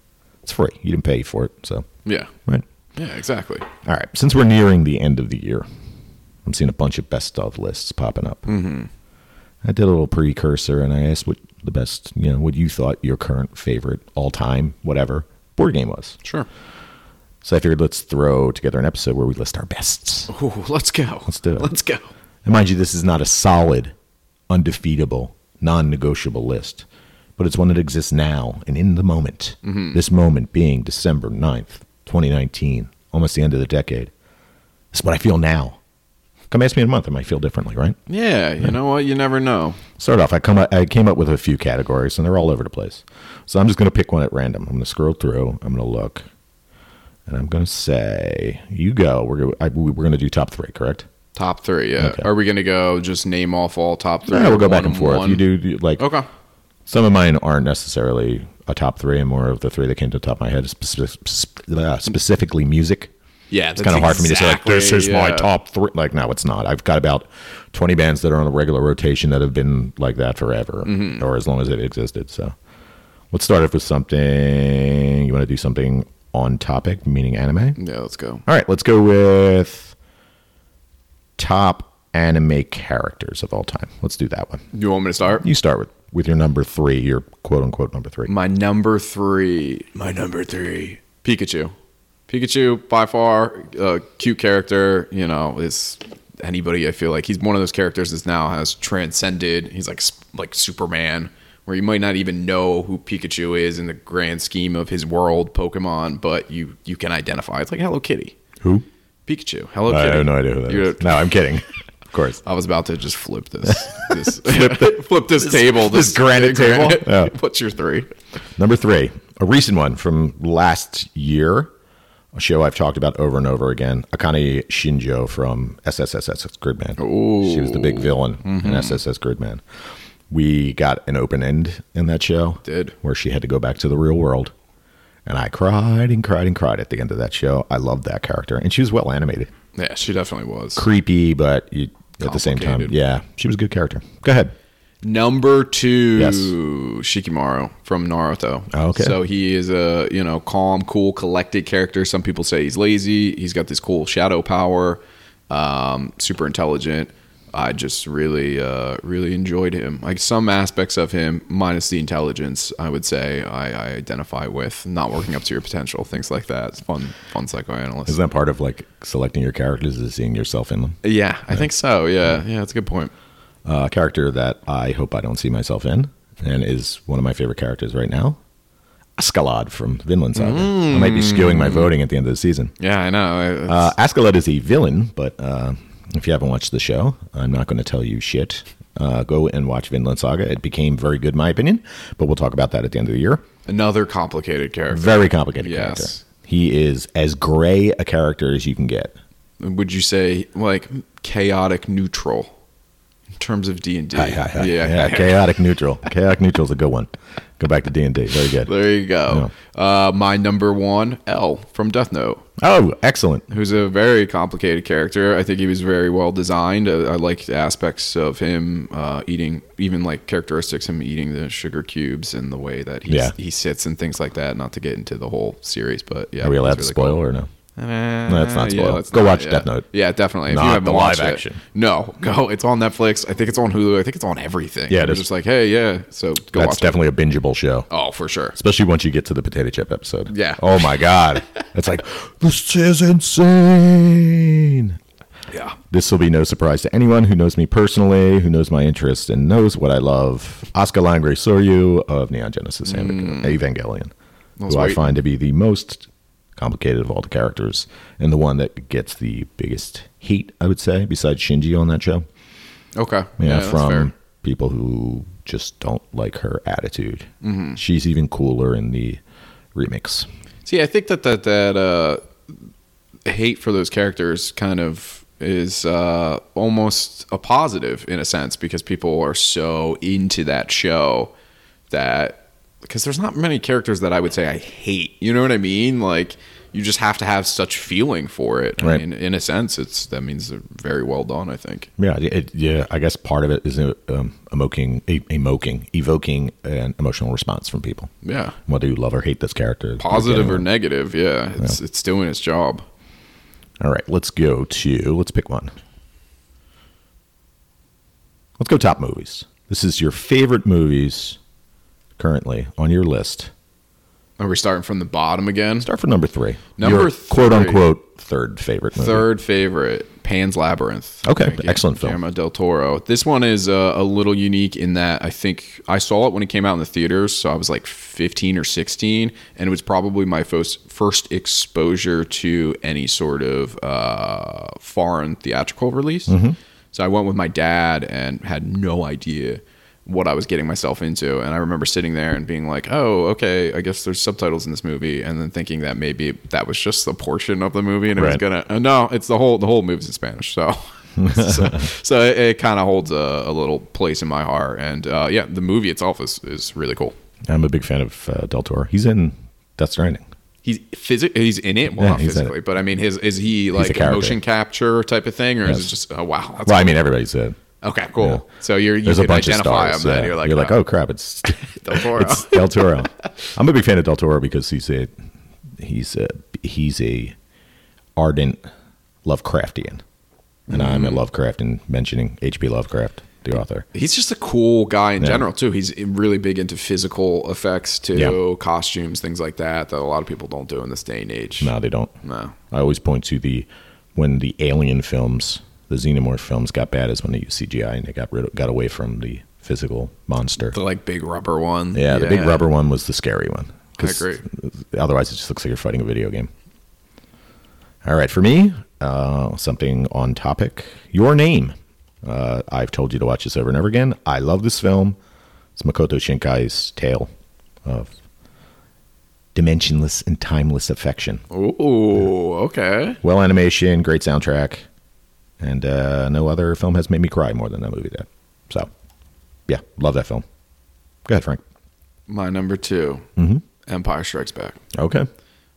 S1: It's free. You didn't pay for it, so
S2: Yeah.
S1: right.
S2: Yeah, exactly.
S1: All right. Since we're nearing the end of the year, I'm seeing a bunch of best of lists popping up. Mm-hmm. I did a little precursor and I asked what the best, you know, what you thought your current favorite all time, whatever board game was.
S2: Sure.
S1: So I figured let's throw together an episode where we list our bests.
S2: Ooh, let's go.
S1: Let's do it.
S2: Let's go.
S1: And mind you, this is not a solid, undefeatable, non negotiable list, but it's one that exists now and in the moment. This moment being December 9th, 2019, almost the end of the decade. It's what I feel now. Come ask me in a month, I might feel differently, right?
S2: Yeah, you know what? You never know.
S1: Start off, I, come up, I came up with a few categories and they're all over the place. So I'm just going to pick one at random. I'm going to scroll through, I'm going to look, and I'm going to say, you go. We're going to we're going to do top three, correct?
S2: Top three. Yeah.
S1: Okay.
S2: Are we gonna go just name off all top three?
S1: Yeah, we'll go back
S2: one
S1: and forth.
S2: one?
S1: You do you- like
S2: Okay.
S1: Some of mine aren't necessarily a top three, and more of the three that came to the top of my head, spec- sp- uh, specifically music.
S2: Yeah,
S1: It's kind of hard for me to say, like, this is my top three. Like, no, it's not. I've got about 20 bands that are on a regular rotation that have been like that forever, or as long as it existed. So let's start off with something. You want to do something on topic, meaning anime?
S2: Yeah, let's go.
S1: All right, let's go with top anime characters of all time. Let's do that one.
S2: You want me to start?
S1: You start with, with your number three, your quote unquote number three.
S2: My number three. My number three. Pikachu. Pikachu, by far, a cute character. You know, is anybody. I feel like he's one of those characters that now has transcended. He's like s- like Superman, where you might not even know who Pikachu is in the grand scheme of his world Pokemon, but you you can identify. It's like Hello Kitty,
S1: Who?
S2: Pikachu. Hello
S1: I
S2: Kitty.
S1: have no idea who that
S2: You're-
S1: is. No, I'm kidding. of course.
S2: I was about to just flip this, this flip, this, table,
S1: this granite table? Yeah.
S2: What's your three?
S1: Number three, a recent one from last year, a show I've talked about over and over again. Akane Shinjo from SSSS Gridman. She was the big villain in SSS Gridman. We got an open end in that show.
S2: Did.
S1: Where she had to go back to the real world. And I cried and cried and cried at the end of that show. I loved that character. And she was well animated.
S2: Yeah, she definitely was.
S1: Creepy, but you, at the same time,
S2: Complicated.
S1: yeah, she was a good character. Go ahead.
S2: Number two,
S1: Yes.
S2: Shikamaru from Naruto.
S1: Oh, okay.
S2: So he is a you know calm, cool, collected character. Some people say he's lazy. He's got this cool shadow power. Um, super intelligent. I just really, uh, really enjoyed him. Like some aspects of him, minus the intelligence, I would say I, I identify with. Not working up to your potential, things like that. It's fun, fun psychoanalyst.
S1: Isn't that part of like selecting your characters is seeing yourself in them? Uh,
S2: Yeah, I think so. Yeah, yeah, that's a good point.
S1: A character that I hope I don't see myself in and is one of my favorite characters right now. Ascalad from Vinland Saga. I might be skewing my voting at the end of the season.
S2: Yeah, I know. It's-
S1: Uh, Ascalad is a villain, but uh, if you haven't watched the show, I'm not going to tell you shit. Uh, go and watch Vinland Saga. It became very good, in my opinion, but we'll talk about that at the end of the year.
S2: another complicated character.
S1: Very complicated
S2: Yes.
S1: character. He is as gray a character as you can get.
S2: Would you say like chaotic neutral in terms of D and D?
S1: Hi, hi, hi. yeah, chaotic neutral. Chaotic neutral is a good one. Go back to D and D. Very good.
S2: There you go. Uh, my number one, L from Death Note.
S1: Oh, excellent.
S2: who's a very complicated character. I think he was very well designed. Uh, I liked aspects of him uh, eating, even like characteristics him eating the sugar cubes and the way that he
S1: Yeah.
S2: he sits and things like that. Not to get into the whole series, but yeah,
S1: Are we
S2: it's
S1: allowed to
S2: really
S1: spoil
S2: cool.
S1: or no?
S2: Uh,
S1: No, that's not
S2: yeah,
S1: spoil.
S2: let's
S1: Go
S2: not,
S1: watch
S2: yeah.
S1: Death Note.
S2: Yeah, definitely. If
S1: Not
S2: you haven't
S1: the
S2: watched
S1: live
S2: it,
S1: action.
S2: no, go. It's on Netflix. I think it's on Hulu. I think it's on everything.
S1: Yeah, it
S2: They're
S1: is.
S2: just like, hey, yeah. So go
S1: That's
S2: watch. it.
S1: definitely a bingeable show.
S2: Oh, for sure.
S1: Especially once you get to the potato chip episode.
S2: Yeah.
S1: Oh my god. it's like this is insane.
S2: Yeah.
S1: This will be no surprise to anyone who knows me personally, who knows my interests, and knows what I love. Oscar Langre Soryu of Neon Genesis
S2: Mm.
S1: Evangelion,
S2: Let's
S1: who I
S2: wait.
S1: find to be the most complicated of all the characters and the one that gets the biggest hate, I would say, besides Shinji on that show.
S2: Okay.
S1: Yeah,
S2: that's
S1: from
S2: fair.
S1: people who just don't like her attitude.
S2: Mm-hmm.
S1: She's even cooler in the remix.
S2: See, I think that that that uh, hate for those characters kind of is uh, almost a positive in a sense because people are so into that show that because there's not many characters that I would say I hate. You know what I mean? Like you just have to have such feeling for it. I
S1: Right.
S2: mean, in a sense, it's that means they're very well done. I think.
S1: Yeah, it, yeah. I guess part of it is um, evoking, e- evoking, evoking an emotional response from people.
S2: Yeah.
S1: Whether you love or hate this character,
S2: Positive
S1: Again,
S2: or negative, yeah, it's it's doing its job.
S1: All right, let's go to let's pick one. Let's go top movies. This is your favorite movies currently on your list.
S2: Are we starting from the bottom again?
S1: Start from number three.
S2: Number
S1: Your
S2: three.
S1: quote unquote third favorite movie.
S2: Third favorite, Pan's Labyrinth.
S1: Okay,
S2: Thank you,
S1: excellent film.
S2: Guillermo del Toro. This one is uh, a little unique in that I think I saw it when it came out in the theaters, so I was like 15 or 16, and it was probably my first first exposure to any sort of uh, foreign theatrical release. So I went with my dad and had no idea what I was getting myself into. And I remember sitting there and being like, oh, okay, I guess there's subtitles in this movie. And then thinking that maybe that was just the portion of the movie and it was
S1: Right.
S2: gonna uh, no, it's the whole the whole movie's in Spanish. So so, so it, it kind of holds a, a little place in my heart. And uh, yeah, the movie itself is, is really cool.
S1: I'm a big fan of uh, Del Toro. He's in Death Stranding.
S2: He's physic he's in it, well
S1: Yeah,
S2: not
S1: he's in it.
S2: physically, but I mean his is he like
S1: character.
S2: motion capture type of thing or is it just oh wow, that's
S1: Well, I mean, everybody's in.
S2: okay, cool.
S1: Yeah.
S2: So you're you
S1: There's
S2: can
S1: a bunch of
S2: identify
S1: stars.
S2: him then
S1: yeah.
S2: you're like
S1: oh crap, it's
S2: Del Toro.
S1: It's Del Toro. I'm a big fan of Del Toro because he's a he's a he's a ardent Lovecraftian, and I'm
S2: Mm-hmm.
S1: a Lovecraftian mentioning H.P. Lovecraft, the author.
S2: He's just a cool guy in general too. He's really big into physical effects too,
S1: Yeah.
S2: costumes, things like that that a lot of people don't do in this day and age.
S1: No, they don't.
S2: No.
S1: I always point to the when the Alien films, the Xenomorph films, got bad is when they used CGI and they got rid got away from the physical monster.
S2: The like big rubber one.
S1: yeah, the big rubber one was the scary one. 'cause
S2: agree.
S1: Otherwise, it just looks like you're fighting a video game. All right, for me, uh, something on topic. Your name. Uh, I've told you to watch this over and over again. I love this film. It's Makoto Shinkai's tale of dimensionless and timeless affection.
S2: Ooh, okay.
S1: Well, animation, great soundtrack, and uh, no other film has made me cry more than that movie did. So, yeah, love that film. Go ahead, Frank.
S2: My number 2
S1: Mm-hmm.
S2: Empire Strikes Back.
S1: Okay.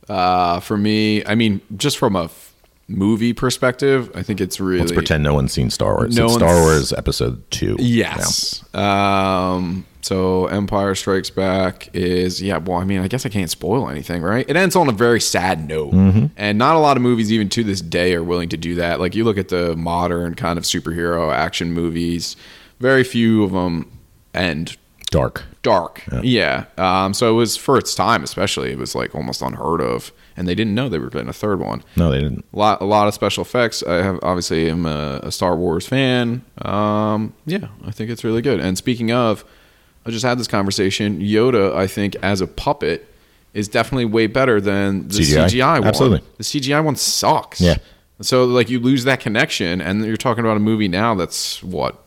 S2: Uh, for me, I mean, just from a f- movie perspective, I think it's really
S1: Let's pretend no one's seen Star Wars.
S2: No
S1: it's
S2: one's-
S1: Star Wars Episode Two.
S2: Yes. Um, so Empire Strikes Back is yeah. Well, I mean, I guess I can't spoil anything, right? It ends on a very sad note,
S1: Mm-hmm.
S2: and not a lot of movies, even to this day, are willing to do that. Like you look at the modern kind of superhero action movies, very few of them end
S1: now. dark.
S2: dark. Yeah. Um, so it was for its time, especially, it was like almost unheard of, and they didn't know they were getting a third one
S1: No, they didn't.
S2: a lot, a lot of special effects. I have obviously am a, a Star Wars fan. Um, yeah, I think it's really good. And speaking of, I just had this conversation. Yoda, I think, as a puppet, is definitely way better than the
S1: CGI.
S2: CGI, one.
S1: Absolutely.
S2: the CGI one sucks.
S1: Yeah.
S2: So like you lose that connection, and you're talking about a movie now that's what.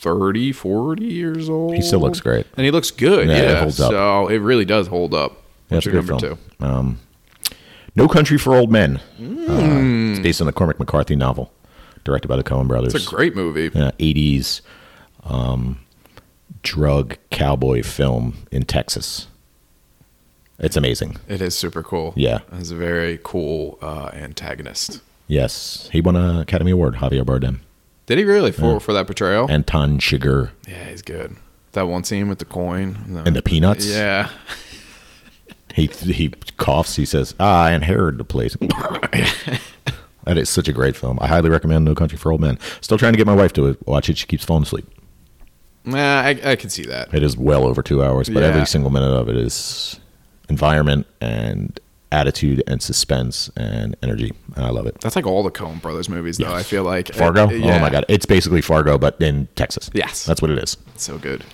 S2: 30 40 years old
S1: He still looks great.
S2: and he looks good
S1: Yeah,
S2: yeah,
S1: it holds up.
S2: so it really does hold up
S1: That's
S2: what's
S1: a
S2: your
S1: good
S2: number
S1: film.
S2: two Hmm.
S1: Um, no Country for Old Men. Uh, it's based on the Cormac McCarthy novel, directed by the Coen Brothers.
S2: it's a great movie
S1: uh, 80s um, drug cowboy film in Texas. It's amazing.
S2: It is super cool.
S1: Yeah.
S2: It's a very cool uh, antagonist.
S1: Yes, he won an Academy Award. Javier Bardem,
S2: Did he really for
S1: Mm.
S2: for that portrayal?
S1: Anton Chigurh,
S2: yeah, he's good. That one scene with the coin and the,
S1: and the Peanuts.
S2: yeah,
S1: He he coughs. He says, "Ah, "I inherited the place." that is such a great film. I highly recommend No Country for Old Men. Still trying to get my wife to watch it. She keeps falling asleep.
S2: nah, I, I could see that.
S1: It is well over two hours, but every
S2: Yeah.
S1: single minute of it is environment and attitude and suspense and energy, and I love it.
S2: That's like all the Coen Brothers movies, though. I feel like
S1: Fargo.
S2: Uh, yeah.
S1: Oh my god, it's basically Fargo, but in Texas.
S2: Yes.
S1: that's what it is.
S2: so good.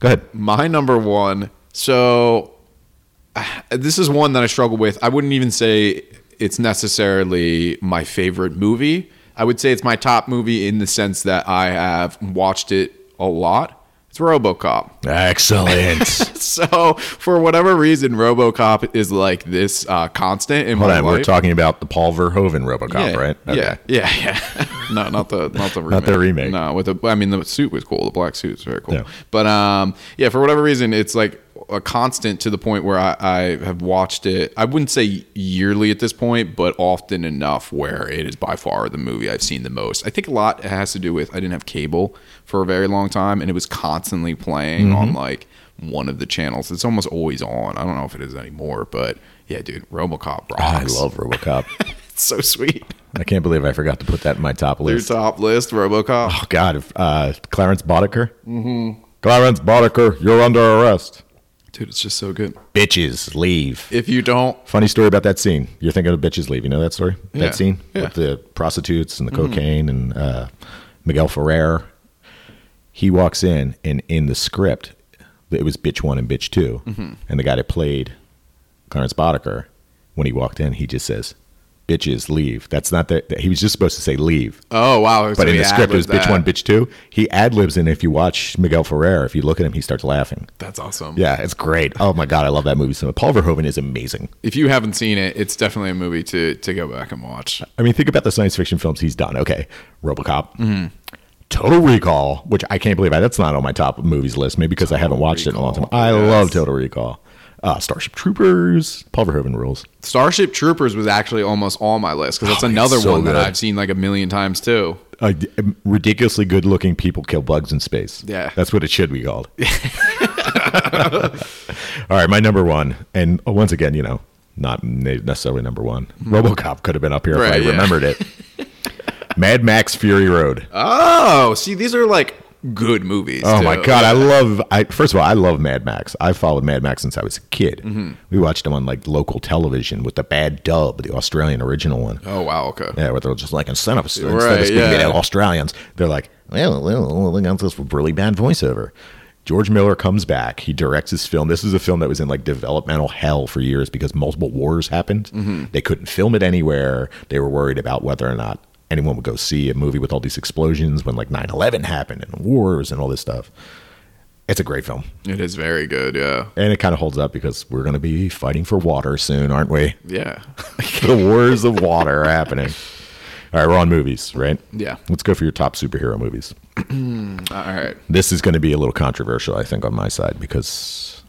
S1: Go ahead.
S2: My number one. So ah, this is one that I struggle with. I wouldn't even say it's necessarily my favorite movie. I would say it's my top movie in the sense that I have watched it a lot. It's RoboCop.
S1: Excellent.
S2: So for whatever reason, RoboCop is like this uh, constant in
S1: Hold
S2: my
S1: on,
S2: life.
S1: we're talking about the Paul Verhoeven RoboCop,
S2: yeah,
S1: right?
S2: Yeah, yeah, yeah. no, not the not the remake.
S1: the remake.
S2: No, with the I mean the suit was cool. The black suit was very cool.
S1: Yeah.
S2: But um, yeah, for whatever reason, it's like a constant to the point where I, I have watched it. I wouldn't say yearly at this point, but often enough where it is by far the movie I've seen the most. I think a lot has to do with I didn't have cable for a very long time, and it was constantly playing
S1: Mm-hmm.
S2: on like one of the channels. It's almost always on. I don't know if it is anymore, but yeah, dude, RoboCop rocks.
S1: Ah, I love RoboCop.
S2: it's so sweet.
S1: I can't believe I forgot to put that in my top
S2: Your
S1: list.
S2: top list, RoboCop.
S1: Oh God, if, uh, Clarence Boddicker. Mm-hmm. Clarence Boddicker, you're under arrest.
S2: Dude, it's just so good.
S1: Bitches leave.
S2: If you don't,
S1: Funny story about that scene. You're thinking of bitches leave. You know that story?
S2: Yeah.
S1: That scene
S2: Yeah. Mm-hmm.
S1: with the prostitutes and the cocaine and uh, Miguel Ferrer. He walks in, and in the script, it was bitch one and bitch 2
S2: Mm-hmm.
S1: and the guy that played Clarence Boddicker, when he walked in, he just says, "Bitches leave." That's not that. He was just supposed to say leave.
S2: oh wow,
S1: But in
S2: somebody
S1: the script, it was
S2: ad-libbed
S1: bitch
S2: that.
S1: one, bitch two. He ad libs, and if you watch Miguel Ferrer, if you look at him, he starts laughing.
S2: That's awesome.
S1: Yeah, it's great. Oh my god, I love that movie so much. Paul Verhoeven is amazing.
S2: If you haven't seen it, it's definitely a movie to to go back and watch.
S1: I mean, think about the science fiction films he's done. Okay, RoboCop, Total Recall, which I can't believe I, that's not on my top movies list. Maybe because I haven't watched it in a long time. I
S2: Recall,
S1: love
S2: yes.
S1: Total Recall. Uh, Starship Troopers, Paul Verhoeven rules.
S2: Starship Troopers was actually almost on my list because that's
S1: Oh, it's
S2: another
S1: so
S2: one that
S1: good.
S2: I've seen like a million times too.
S1: Uh, d- ridiculously good-looking people kill bugs in space.
S2: Yeah.
S1: that's what it should be called. All right, my number one, and oh, once again, you know, not ne- necessarily number one. RoboCop could have been up here
S2: Mm-hmm. Right,
S1: if I
S2: yeah.
S1: remembered it. Mad Max Fury Road.
S2: Oh, see, these are like good movies.
S1: Oh
S2: too.
S1: my god, I love. I first of all, I love Mad Max. I followed Mad Max since I was a kid.
S2: Mm-hmm.
S1: We watched him on like local television with the bad dub, the Australian original one.
S2: Oh wow, okay.
S1: Yeah, where they're just like instead of instead
S2: Right,
S1: of speaking
S2: yeah.
S1: to the Australians, they're like, well, well, look at this really bad voiceover. George Miller comes back. He directs his film. This is a film that was in like developmental hell for years because multiple wars happened.
S2: Mm-hmm.
S1: They couldn't film it anywhere. They were worried about whether or not anyone would go see a movie with all these explosions when like 9-11 happened and wars and all this stuff. It's a great film.
S2: It is very good. Yeah,
S1: And it kind of holds up because we're going to be fighting for water soon, aren't we?
S2: yeah.
S1: the wars of water are happening. All right, we're on movies, right?
S2: Yeah.
S1: Let's go for your top superhero movies.
S2: All right.
S1: This is going to be a little controversial, I think, on my side because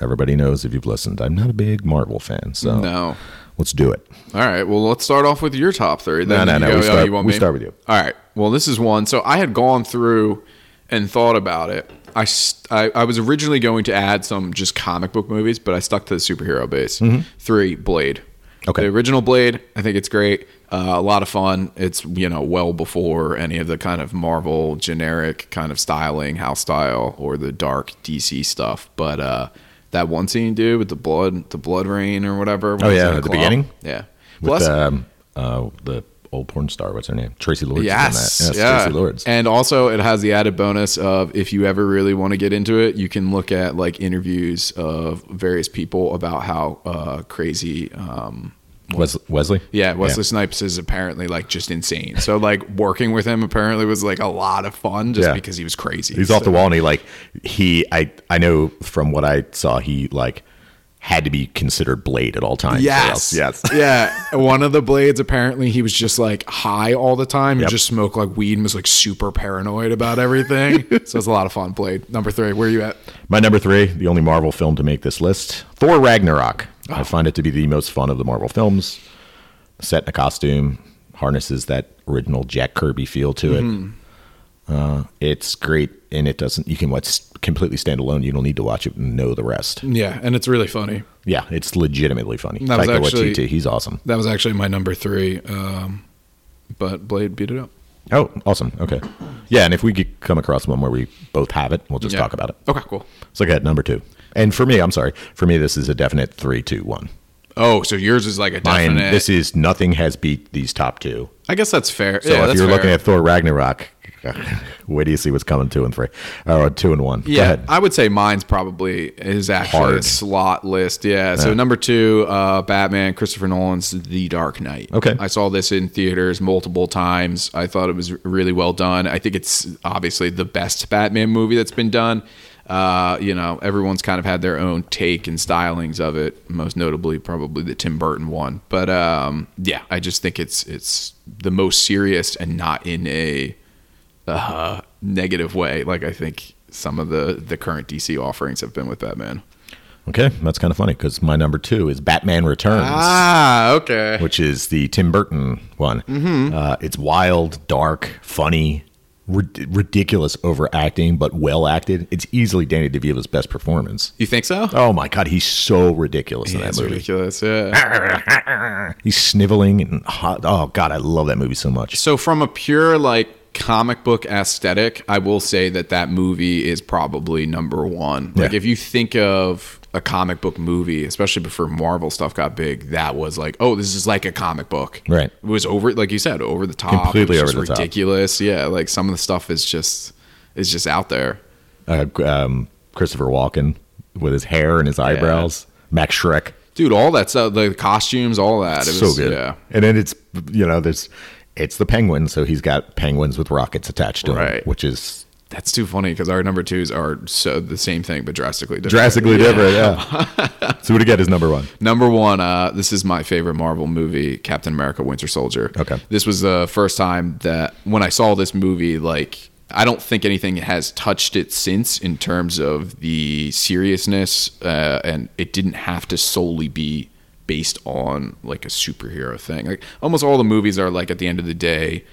S1: everybody knows if you've listened, I'm not a big Marvel fan. So
S2: No.
S1: let's do it.
S2: All right. Well, let's start off with your top three.
S1: No, no,
S2: You
S1: no,
S2: go-
S1: we
S2: oh,
S1: start-
S2: you want
S1: we
S2: me?
S1: start with you.
S2: All right. Well, this is one. So I had gone through and thought about it. I, st- I, I was originally going to add some just comic book movies, but I stuck to the superhero base. Three, Blade.
S1: Mm-hmm. Okay.
S2: The original Blade, I think it's great. Uh, a lot of fun. It's, you know, well before any of the kind of Marvel generic kind of styling, house style, or the dark DC stuff. But uh, that one scene, dude, with the blood, the blood rain or whatever. when
S1: Oh,
S2: it's
S1: yeah,
S2: in
S1: at the
S2: club.
S1: beginning?
S2: Yeah.
S1: With
S2: Plus,
S1: um, uh, the old porn star, what's her name? Tracy Lords. is in
S2: Yes,
S1: that.
S2: yeah.
S1: Tracy Lords.
S2: And also, it has the added bonus of if you ever really want to get into it, you can look at like interviews of various people about how uh, crazy. Um,
S1: Wes- Wesley?
S2: yeah, Wesley Snipes is apparently like just insane. So like working with him apparently was like a lot of fun just
S1: Yeah.
S2: because he was crazy.
S1: He's
S2: So-
S1: off the wall, and he like he I I know from what I saw, he like had to be considered Blade at all times. or
S2: Yes.
S1: else- yes.
S2: yeah. One of the blades, apparently, he was just like high all the time. He
S1: Yep.
S2: just smoked like weed and was like super paranoid about everything. so it's a lot of fun. Blade number three. Where are you at?
S1: My number three, the only Marvel film to make this list, Thor Ragnarok.
S2: Oh.
S1: I find it to be the most fun of the Marvel films. Set in a costume, harnesses that original Jack Kirby feel to it.
S2: Mm-hmm.
S1: Uh, it's great, and it doesn't. You can watch completely stand alone. You don't need to watch it and know the rest.
S2: Yeah, and it's really funny.
S1: Yeah, it's legitimately funny.
S2: That was
S1: Taika
S2: actually-
S1: Waititi, he's awesome.
S2: That was actually my number three. Um, but Blade beat it up.
S1: Oh, awesome. Okay, yeah, and if we could come across one where we both have it, we'll just
S2: Yeah.
S1: talk about it.
S2: Okay, cool.
S1: So go ahead, number two. And for me, I'm sorry. For me, this is a definite three, two, one.
S2: Oh, so yours is like a
S1: Mine.
S2: definite.
S1: This is nothing has beat these top two.
S2: I guess that's fair.
S1: So
S2: yeah,
S1: if
S2: that's
S1: you're
S2: fair.
S1: looking at Thor Ragnarok, where do you see what's coming two and three or two and one? Go
S2: yeah,
S1: ahead.
S2: I would say mine's probably is actually a
S1: Hard.
S2: slot list. Yeah. So number two, uh, Batman, Christopher Nolan's The Dark Knight.
S1: Okay.
S2: I saw this in theaters multiple times. I thought it was really well done. I think it's obviously the best Batman movie that's been done. Uh, you know, everyone's kind of had their own take and stylings of it. Most notably, probably the Tim Burton one. But um, yeah, I just think it's it's the most serious and not in a uh, negative way. Like I think some of the the current DC offerings have been with Batman.
S1: Okay, that's kind of funny because my number two is Batman Returns.
S2: Ah, okay.
S1: which is the Tim Burton one.
S2: Mm-hmm.
S1: Uh, it's wild, dark, funny, rid- ridiculous overacting, but well acted. It's easily Danny DeVito's best performance.
S2: you think so?
S1: Oh my god, he's so ridiculous in that
S2: That's
S1: movie.
S2: ridiculous. Yeah.
S1: He's sniveling and hot. Oh god, I love that movie so much.
S2: so from a pure like comic book aesthetic, I will say that that movie is probably number one. Like
S1: Yeah.
S2: if you think of a comic book movie, especially before Marvel stuff got big, that was like, oh, this is like a comic book.
S1: Right.
S2: It was over, like you said, over the top.
S1: Completely
S2: It was just
S1: over the top.
S2: ridiculous. Yeah. Like some of the stuff is just is just out there.
S1: Uh, um, Christopher Walken with his hair and his eyebrows. Max Shrek.
S2: Dude, all that stuff, the costumes, all that. It
S1: so
S2: was,
S1: good.
S2: Yeah.
S1: And then it's you know there's it's the penguin, so he's got penguins with rockets attached to him,
S2: Right.
S1: which is
S2: That's too funny because our number twos are so the same thing but drastically different.
S1: drastically different. Yeah. so what do you get as number one?
S2: Number one, uh, this is my favorite Marvel movie, Captain America: Winter Soldier.
S1: Okay.
S2: this was the first time that when I saw this movie, like I don't think anything has touched it since in terms of the seriousness, uh, and it didn't have to solely be based on like a superhero thing. Like almost all the movies are like at the end of the day,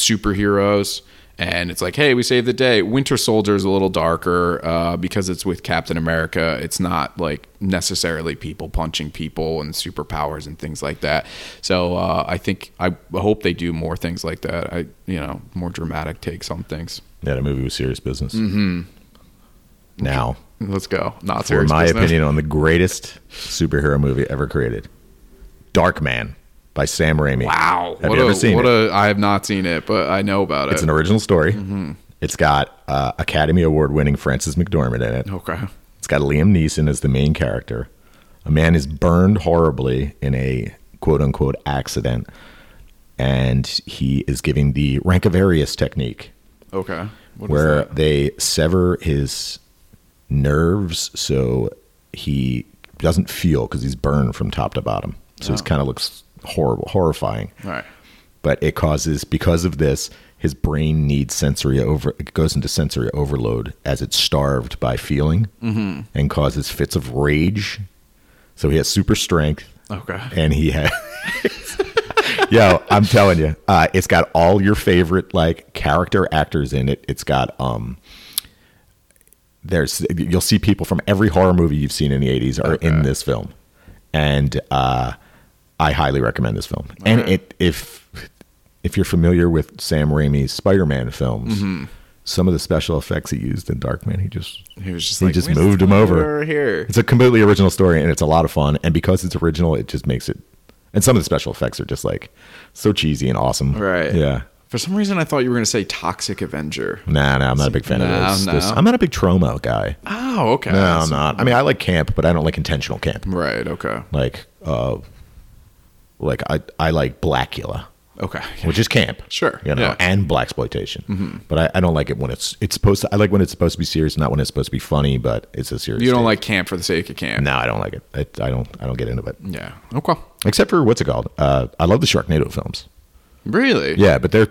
S2: superheroes and it's like hey we saved the day winter soldier is a little darker uh, because it's with captain america it's not like necessarily people punching people and superpowers and things like that so uh, i think i hope they do more things like that i you know more dramatic takes on things
S1: Yeah, the movie was serious business. Mm-hmm. Now,
S2: let's go not
S1: for
S2: serious
S1: my
S2: business.
S1: opinion on the greatest superhero movie ever created, Dark Man by Sam Raimi.
S2: wow
S1: Have
S2: what
S1: you
S2: a,
S1: ever seen
S2: what
S1: it?
S2: a i have not seen it but i know about
S1: it's
S2: it
S1: an original story.
S2: Mm-hmm.
S1: It's got uh, Academy Award winning Frances McDormand in it.
S2: okay
S1: It's got Liam Neeson as the main character. A man is burned horribly in a quote unquote accident, and he is giving the Rankavarius technique,
S2: okay What is
S1: where
S2: that?
S1: they sever his nerves so he doesn't feel because he's burned from top to bottom. So
S2: Oh.
S1: he's kind of looks horrible, horrifying.
S2: all right
S1: But it causes because of this, his brain needs sensory over. It goes into sensory overload as it's starved by feeling, and causes fits of rage. So he has super strength,
S2: okay
S1: and he has. Yo, I'm telling you, uh, it's got all your favorite like character actors in it. It's got um, there's you'll see people from every horror movie you've seen in the 80s are in this film, and uh, I highly recommend this film. and it if if you're familiar with Sam Raimi's Spider-Man films,
S2: Mm-hmm.
S1: some of the special effects he used in Dark Man, he just
S2: he was just
S1: he
S2: like
S1: just
S2: "Where's
S1: moved
S2: the
S1: him over.
S2: flower here
S1: It's a completely original story, and it's a lot of fun. And because it's original, it just makes it. And some of the special effects are just like so cheesy and awesome.
S2: Right.
S1: Yeah.
S2: For some reason, I thought you were going to say Toxic Avenger.
S1: Nah, nah, I'm not a big fan
S2: Nah,
S1: of this.
S2: no.
S1: this. I'm not a big trauma guy.
S2: Oh, okay.
S1: No, I'm not. I mean, I like camp, but I don't like intentional camp.
S2: Right. Okay.
S1: Like, uh, like I, I like Blackula,
S2: Okay.
S1: which is camp.
S2: Sure,
S1: You know,
S2: yeah. Mm-hmm.
S1: and black exploitation. But I, I don't like it when it's it's supposed to. I like when it's supposed to be serious, not when it's supposed to be funny. But it's a serious.
S2: You don't
S1: take.
S2: like camp for the sake of camp.
S1: No, I don't like it. I, I don't. I don't get into it.
S2: Yeah. Okay.
S1: except for what's it called? Uh, I love the Sharknado films.
S2: Really?
S1: Yeah, but they're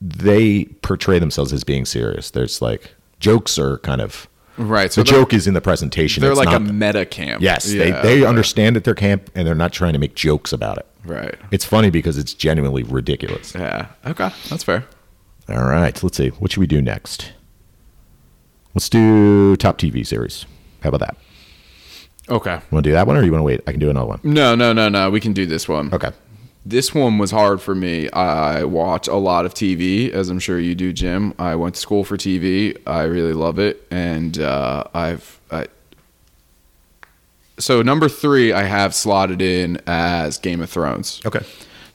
S1: they portray themselves as being serious. There's like jokes are kind of
S2: Right. So
S1: the
S2: they're,
S1: joke is in the presentation.
S2: Mm. they're
S1: It's
S2: like a
S1: not-
S2: meta camp.
S1: yes,
S2: Yeah,
S1: they they
S2: okay.
S1: understand that they're camp and they're not trying to make jokes about it.
S2: Right.
S1: It's funny because it's genuinely ridiculous.
S2: Yeah. Okay. That's fair.
S1: All right, let's see. What should we do next? Let's do top TV series. How about that?
S2: Okay.
S1: Want to do that one, or you want to wait? I can do another one.
S2: No, no, no, no. We can do this one.
S1: Okay.
S2: This one was hard for me. I watch a lot of TV, as I'm sure you do, Jim. I went to school for TV. I really love it, and uh, I've. I, so number three, I have slotted in as Game of Thrones.
S1: Okay.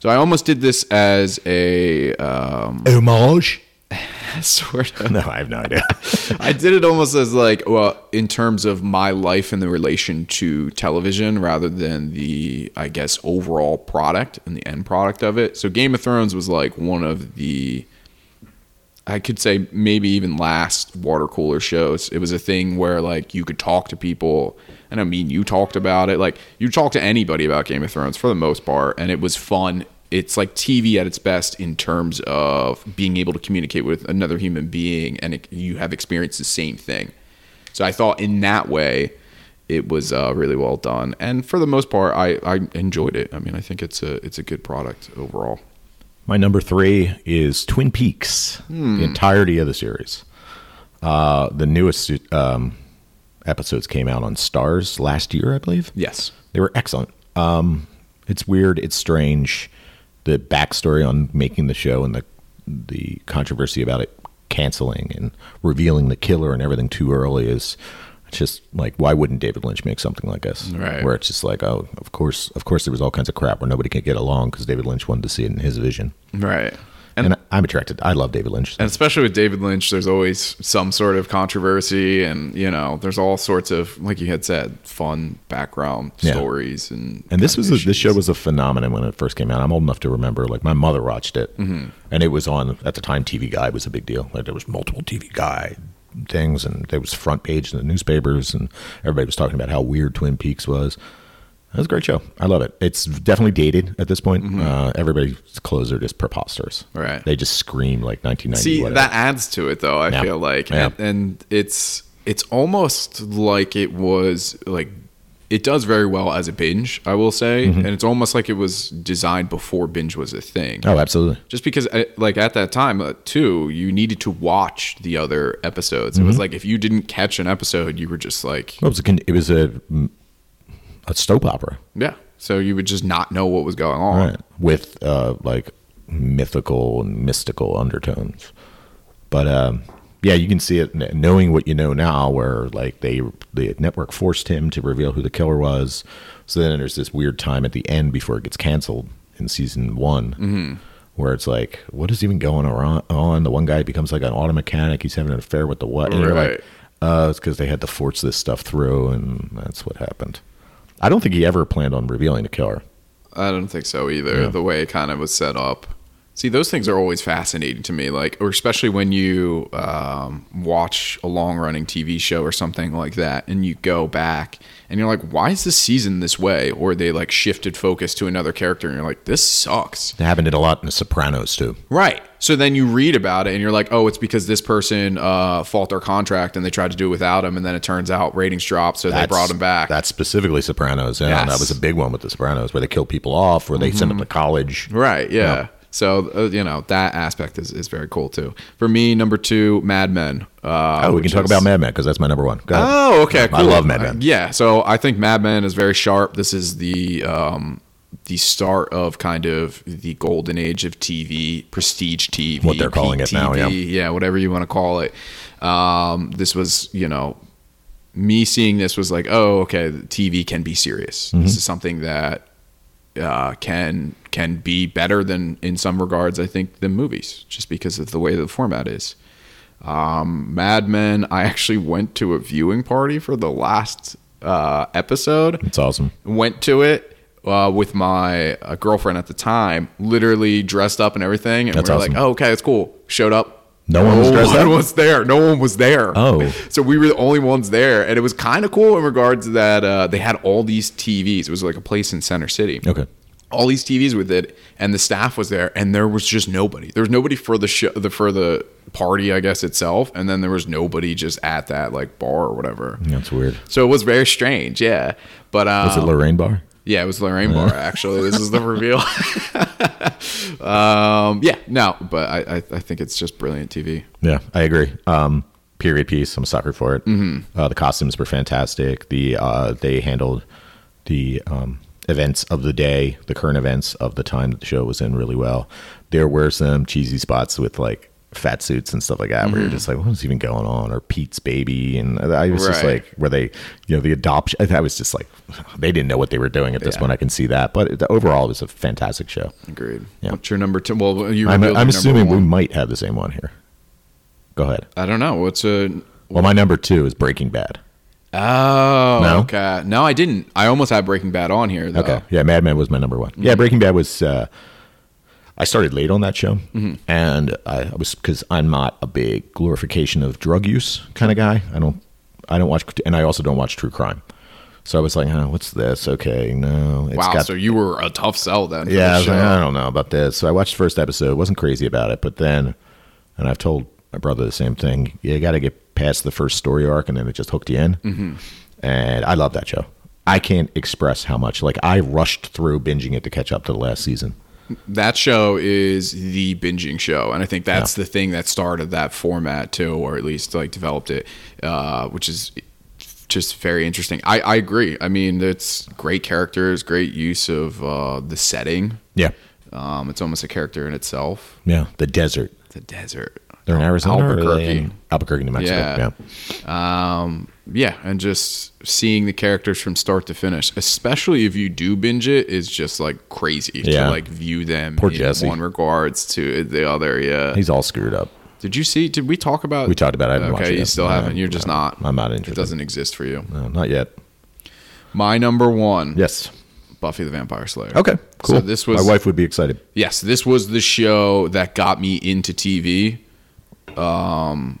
S2: So I almost did this as a um,
S1: Homage?
S2: sort of.
S1: No, I have no idea.
S2: I did it almost as like, well, in terms of my life and the relation to television rather than the, I guess, overall product and the end product of it. So Game of Thrones was like one of the, I could say maybe even last water cooler shows. It was a thing where like you could talk to people. And I mean, you talked about it. Like you talked to anybody about Game of Thrones for the most part. And it was fun. It's like TV at its best in terms of being able to communicate with another human being and it, you have experienced the same thing. So I thought in that way, it was uh, really well done. And for the most part, I, I enjoyed it. I mean, I think it's a it's a good product overall.
S1: My number three is Twin Peaks, the entirety of the series. Uh, the newest um, episodes came out on Stars last year, I believe.
S2: Yes.
S1: They were excellent. Um, it's weird. It's strange. The backstory on making the show and the the controversy about it canceling and revealing the killer and everything too early is it's just like why wouldn't David Lynch make something like this?
S2: Right.
S1: Where it's just like oh, of course, of course, there was all kinds of crap where nobody could get along because David Lynch wanted to see it in his vision.
S2: Right. And,
S1: And,
S2: and,
S1: I, am attracted. I love David Lynch.
S2: especially with David Lynch, there's always some sort of controversy, and you know, there's all sorts of like you had said, fun background
S1: Yeah.
S2: stories, and
S1: And this was a, this show
S2: issues.
S1: was a phenomenon when it first came out. I'm old enough to remember. Like my mother watched it,
S2: Mm-hmm.
S1: and it was on at the time. TV Guide was a big deal. Like there was multiple TV Guide things, and there was front page in the newspapers, and everybody was talking about how weird Twin Peaks was. It was a great show. I love it. It's definitely dated at this point. Uh, everybody's clothes are just preposterous.
S2: Mm-hmm. Right.
S1: They just scream like 1990.
S2: See,
S1: whatever.
S2: that adds to it though. I
S1: Yeah.
S2: feel like,
S1: Yeah.
S2: and, and it's it's almost like it was like it does very well as a binge. I will say,
S1: Mm-hmm.
S2: and it's almost like it was designed before binge was a thing.
S1: Oh, absolutely.
S2: Just because, uh, like at that time, uh, too, you needed to watch the other episodes. It was
S1: Mm-hmm.
S2: like if you didn't catch an episode, you were just like,
S1: Well, it was a con- it was a, a soap opera.
S2: yeah. So you would just not know what was going on.
S1: right. with uh, like mythical and mystical undertones. But um, yeah, you can see it kn- knowing what you know now, where like they the network forced him to reveal who the killer was. So then there's this weird time at the end before it gets canceled in season one. Where it's like, what is even going ar- on? The one guy becomes like an auto mechanic. He's having an affair with the what? And you're
S2: Right.
S1: like, uh, it's because they had to force this stuff through, and that's what happened. I don't think he ever planned on revealing the killer.
S2: I don't think so either. The way it kind of was set up. See, those things are always fascinating to me, like, or especially when you um, watch a long-running TV show or something like that, and you go back and you're like, "Why is this season this way?" Or they like shifted focus to another character, and you're like, "This sucks."
S1: It happened a lot in The Sopranos too.
S2: Right. So then you read about it, and you're like, "Oh, it's because this person uh, fought their contract, and they tried to do it without him, and then it turns out ratings dropped, so they brought him back."
S1: That's specifically Sopranos. Yeah,
S2: Yes. Mm-hmm.
S1: that was a big one with The Sopranos, where they kill people off, where they send them to college.
S2: Right. Yeah. So uh, you know that aspect is, is very cool too. For me, number two, Mad Men. Uh,
S1: Oh, we can
S2: which
S1: talk
S2: is-
S1: about Mad Men because that's my number one. Go ahead.
S2: Oh, okay. Cool.
S1: I love Mad Men.
S2: Uh, yeah. So I think Mad Men is very sharp. This is the um, the start of kind of the golden age of TV, prestige TV,
S1: What they're calling it now, yeah.
S2: PTV, yeah, whatever you want to call it. Um, this was, you know, me seeing this was like, oh, okay, TV can be serious.
S1: Mm-hmm.
S2: This is something that uh, can can be better than in some regards, I think, than movies, just because of the way the format is. Um, Mad Men, I actually went to a viewing party for the last uh, episode
S1: It's awesome.
S2: went to it uh, with my uh, girlfriend at the time, literally dressed up and everything. And
S1: That's
S2: we were
S1: awesome.
S2: like, oh, okay, it's cool. Showed up.
S1: No one was dressed up?
S2: one was there. No one was there.
S1: Oh.
S2: So we were the only ones there. And it was kind of cool in regards to that uh, they had all these TVs. It was like a place in Center City
S1: Okay.
S2: all these TVs with it, and the staff was there, and there was just nobody. There was nobody for the show, the for the party, I guess itself, and then there was nobody just at that like bar or whatever.
S1: That's weird.
S2: So it was very strange, yeah. But um,
S1: Is it Lorraine Bar?
S2: yeah, it was Lorraine Barr, actually. This is the reveal. um, yeah, no, but I, I, I think it's just brilliant TV.
S1: Yeah, I agree. Um, period piece. I'm a sucker for it.
S2: Mm-hmm.
S1: Uh, the costumes were fantastic. The uh, they handled the um, events of the day, the current events of the time that the show was in really well. There were some cheesy spots with like fat suits and stuff like that,
S2: Mm-hmm.
S1: where you're just like, what's even going on? Or Pete's baby, and I was just
S2: Right.
S1: like, were they, you know, the adoption? I was just like, they didn't know what they were doing at this
S2: Yeah.
S1: point. I can see that, but it, overall, it was a fantastic show.
S2: Agreed.
S1: Yeah.
S2: What's your number two? Well,
S1: I'm,
S2: you revealed your
S1: I'm
S2: number
S1: assuming we
S2: one.
S1: might have the same one here. Go ahead.
S2: I don't know. What's a.
S1: Well, my number two is Breaking Bad.
S2: Oh,
S1: No?
S2: okay. No, I didn't. I almost had Breaking Bad on here, though.
S1: Okay. Uh, Yeah, Mad Men was my number one.
S2: Mm-hmm.
S1: Yeah, Breaking Bad was. Uh, I started late on that show,
S2: Mm-hmm.
S1: and I, I was because I'm not a big glorification of drug use kind of guy. I don't, I don't watch, and I also don't watch true crime. So I was like, oh, what's this? Okay, no, it's
S2: Wow,
S1: got
S2: so you were a tough sell then. for
S1: yeah, I,
S2: the
S1: was like,
S2: show.
S1: I don't know about this. So I watched the first episode, wasn't crazy about it, but then, and I've
S2: Mm-hmm.
S1: told my brother the same thing. You got to get past the first story arc, and then it just hooked you in. and I love that show. I can't express how much. Like I rushed through binging it to catch up to the last season.
S2: that show is the binging show and i think that's the thing that started that format too or at least like developed it uh, which is just very interesting I, I agree i mean it's great characters great use of uh, the setting
S1: Yeah,
S2: um, it's almost a character in itself
S1: yeah. The desert.
S2: it's a desert
S1: They're in Arizona. or are they
S2: Albuquerque.
S1: in Albuquerque, New Mexico.
S2: Yeah.
S1: yeah.
S2: um, yeah and just seeing the characters from start to finish especially if you do binge it is just like crazy
S1: Yeah.
S2: to like view them
S1: Poor
S2: in
S1: Jesse.
S2: one regards to the other yeah
S1: He's all screwed up.
S2: Did you see? Did we talk about?
S1: We talked about it. I haven't watched
S2: okay,
S1: it yet.
S2: you still
S1: I
S2: haven't.
S1: haven't-
S2: You're just
S1: no,
S2: not.
S1: I'm not
S2: It
S1: interested.
S2: doesn't exist for you.
S1: No, not yet.
S2: My number one.
S1: Yes.
S2: Buffy the Vampire Slayer.
S1: Okay. Cool.
S2: So this was
S1: my wife would be excited.
S2: Yes, this was the show that got me into TV. Um,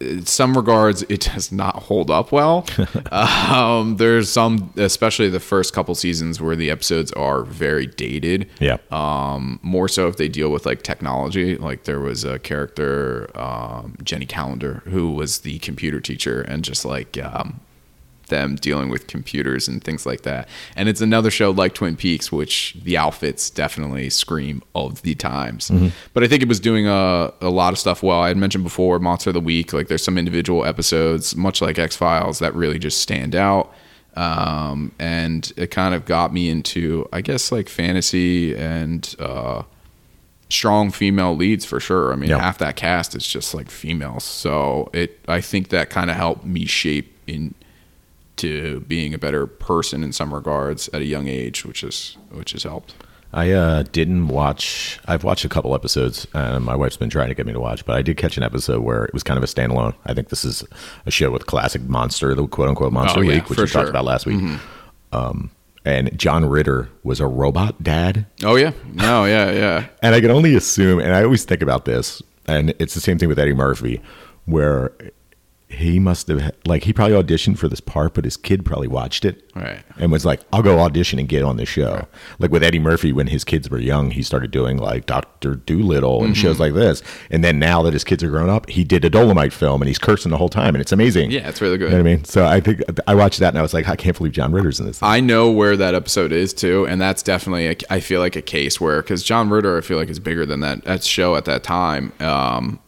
S2: in some regards, it does not hold up well. um, there's some, especially the first couple seasons, where the episodes are very dated.
S1: Yeah.
S2: um, more so if they deal with like technology. Like there was a character, um, Jenny Calendar, who was the computer teacher, and just like um, them dealing with computers and things like that. And it's another show like Twin Peaks, which the outfits definitely scream of the times. But I think it was doing a, a lot of stuff well. I had mentioned before Monster of the Week. Like there's some individual episodes, much like X Files, that really just stand out um, and it kind of got me into, I guess, like fantasy and uh, strong female leads for sure. I mean,
S1: Yeah.
S2: half that cast is just like females, so it. I think that kind of helped me shape in to being a better person in some regards at a young age, which is which has helped.
S1: I uh, didn't watch. I've watched a couple episodes. Uh, my wife's been trying to get me to watch, but I did catch an episode where it was kind of a standalone. I think this is a show with classic monster, the quote unquote monster
S2: Oh, yeah,
S1: week, which
S2: for
S1: we talked
S2: sure. Mm-hmm.
S1: about last week. Um, and John Ritter was a robot dad,
S2: Oh yeah, no, yeah, yeah.
S1: and I can only assume. And I always think about this, and it's the same thing with Eddie Murphy, where he must have like he probably auditioned for this part, but his kid probably watched it,
S2: Right.
S1: and was like, I'll go audition and get on the show. Like with Eddie Murphy, when his kids were young, he started doing like Dr. Doolittle
S2: Mm-hmm.
S1: and shows like this. And then now that his kids are grown up, he did a Dolomite film and he's cursing the whole time. And it's amazing.
S2: Yeah, it's really good.
S1: You know what I mean? So I think I watched that and I was like, I can't believe John Ritter's in this.
S2: I know where that episode is too, and that's definitely a, I feel like a case where because John Ritter I feel like is bigger than that that show at that time. Um,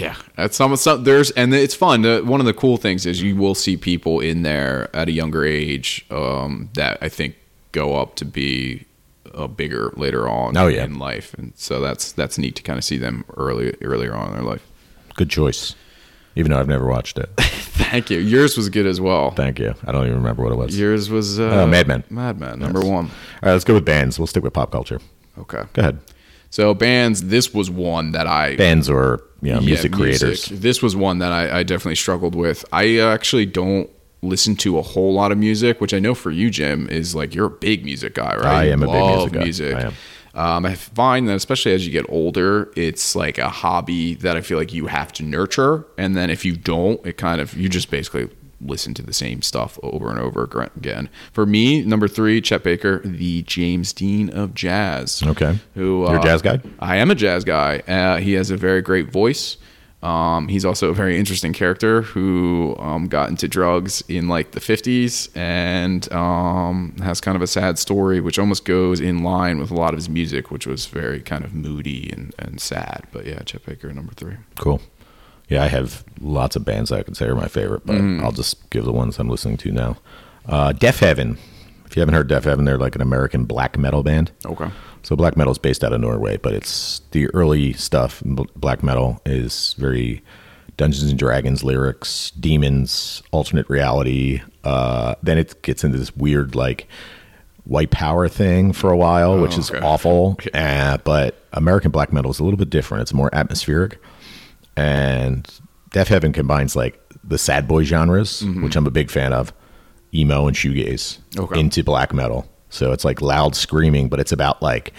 S2: yeah, that's some some there's and it's fun. The, one of the cool things is you will see people in there at a younger age um, that I think go up to be a bigger later on
S1: Oh, yeah.
S2: in life, and so that's that's neat to kind of see them early earlier on in their life.
S1: Good choice. Even though I've never watched it.
S2: Thank you. Yours was good as well.
S1: Thank you. I don't even remember what it was.
S2: Yours was uh,
S1: Uh, Mad Men.
S2: Mad Men number one.
S1: All right, let's go with bands. We'll stick with pop culture.
S2: Okay.
S1: Go ahead.
S2: So bands, this was one that I
S1: Bands or you know,
S2: Yeah,
S1: music creators.
S2: This was one that I, I definitely struggled with. I uh, actually don't listen to a whole lot of music, which I know for you, Jim, is like you're a big music guy, right?
S1: I am a
S2: You
S1: big music guy. I am.
S2: Um, I find that especially as you get older, it's like a hobby that I feel like you have to nurture, and then if you don't, it kind of you just basically listen to the same stuff over and over gr- again. For me, number three, Chet Baker, the James Dean of jazz.
S1: Okay.
S2: who
S1: You're a
S2: uh,
S1: jazz guy?
S2: I am a jazz guy. Uh, he has a very great voice. Um, he's also a very interesting character who um, got into drugs in like the 50s and um, has kind of a sad story, which almost goes in line with a lot of his music, which was very kind of moody and, and sad. But yeah, Chet Baker, number three.
S1: Cool. Yeah, I have lots of bands that I consider my favorite, but
S2: Mm-hmm.
S1: I'll just give the ones I'm listening to now. Uh, Def Heaven. If you haven't heard Def Heaven, they're like an American black metal band.
S2: Okay.
S1: So black metal is based out of Norway, but it's the early stuff. in bl- Black metal is very Dungeons and Dragons lyrics, demons, alternate reality. Uh, then it gets into this weird like white power thing for a while, which is
S2: Oh, okay.
S1: awful. Uh, but American black metal is a little bit different. It's more atmospheric, and Deaf Heaven combines like the sad boy genres, which I'm a big fan of, emo and shoegaze,
S2: Mm-hmm. Okay.
S1: into black metal. So it's like loud screaming, but it's about like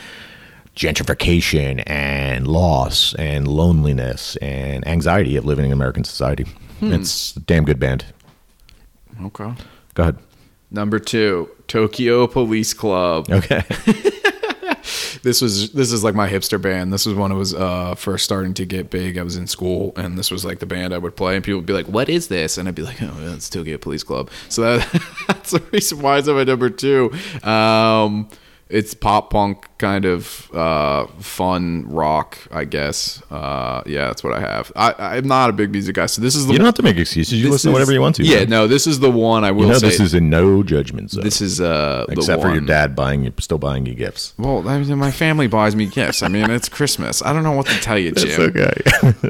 S1: gentrification and loss and loneliness and anxiety of living in American society.
S2: Hmm.
S1: It's a damn good band.
S2: Okay.
S1: Go ahead. Oh,
S2: Number two, Tokyo Police Club.
S1: Okay.
S2: this was this is like my hipster band. This was when it was uh, first starting to get big. I was in school, and this was like the band I would play, and people would be like, "What is this?" And I'd be like, "Oh, well, it's Tokyo Police Club." So that, that's the reason why it's at my number two. Um, it's pop punk kind of uh, fun rock, I guess. Uh, yeah, that's what I have. I, I'm not a big music guy, so this is the
S1: You don't have to make excuses. You
S2: this
S1: listen to whatever
S2: is-
S1: you want to.
S2: Yeah,
S1: man.
S2: no, this is the one I
S1: you
S2: will
S1: know
S2: say.
S1: this is a no judgment zone.
S2: this is uh the
S1: except for your
S2: one-
S1: dad buying you, still buying you gifts.
S2: Well, I mean, my family buys me gifts. I mean, it's Christmas. I don't know what to tell you, Jim.
S1: It's okay.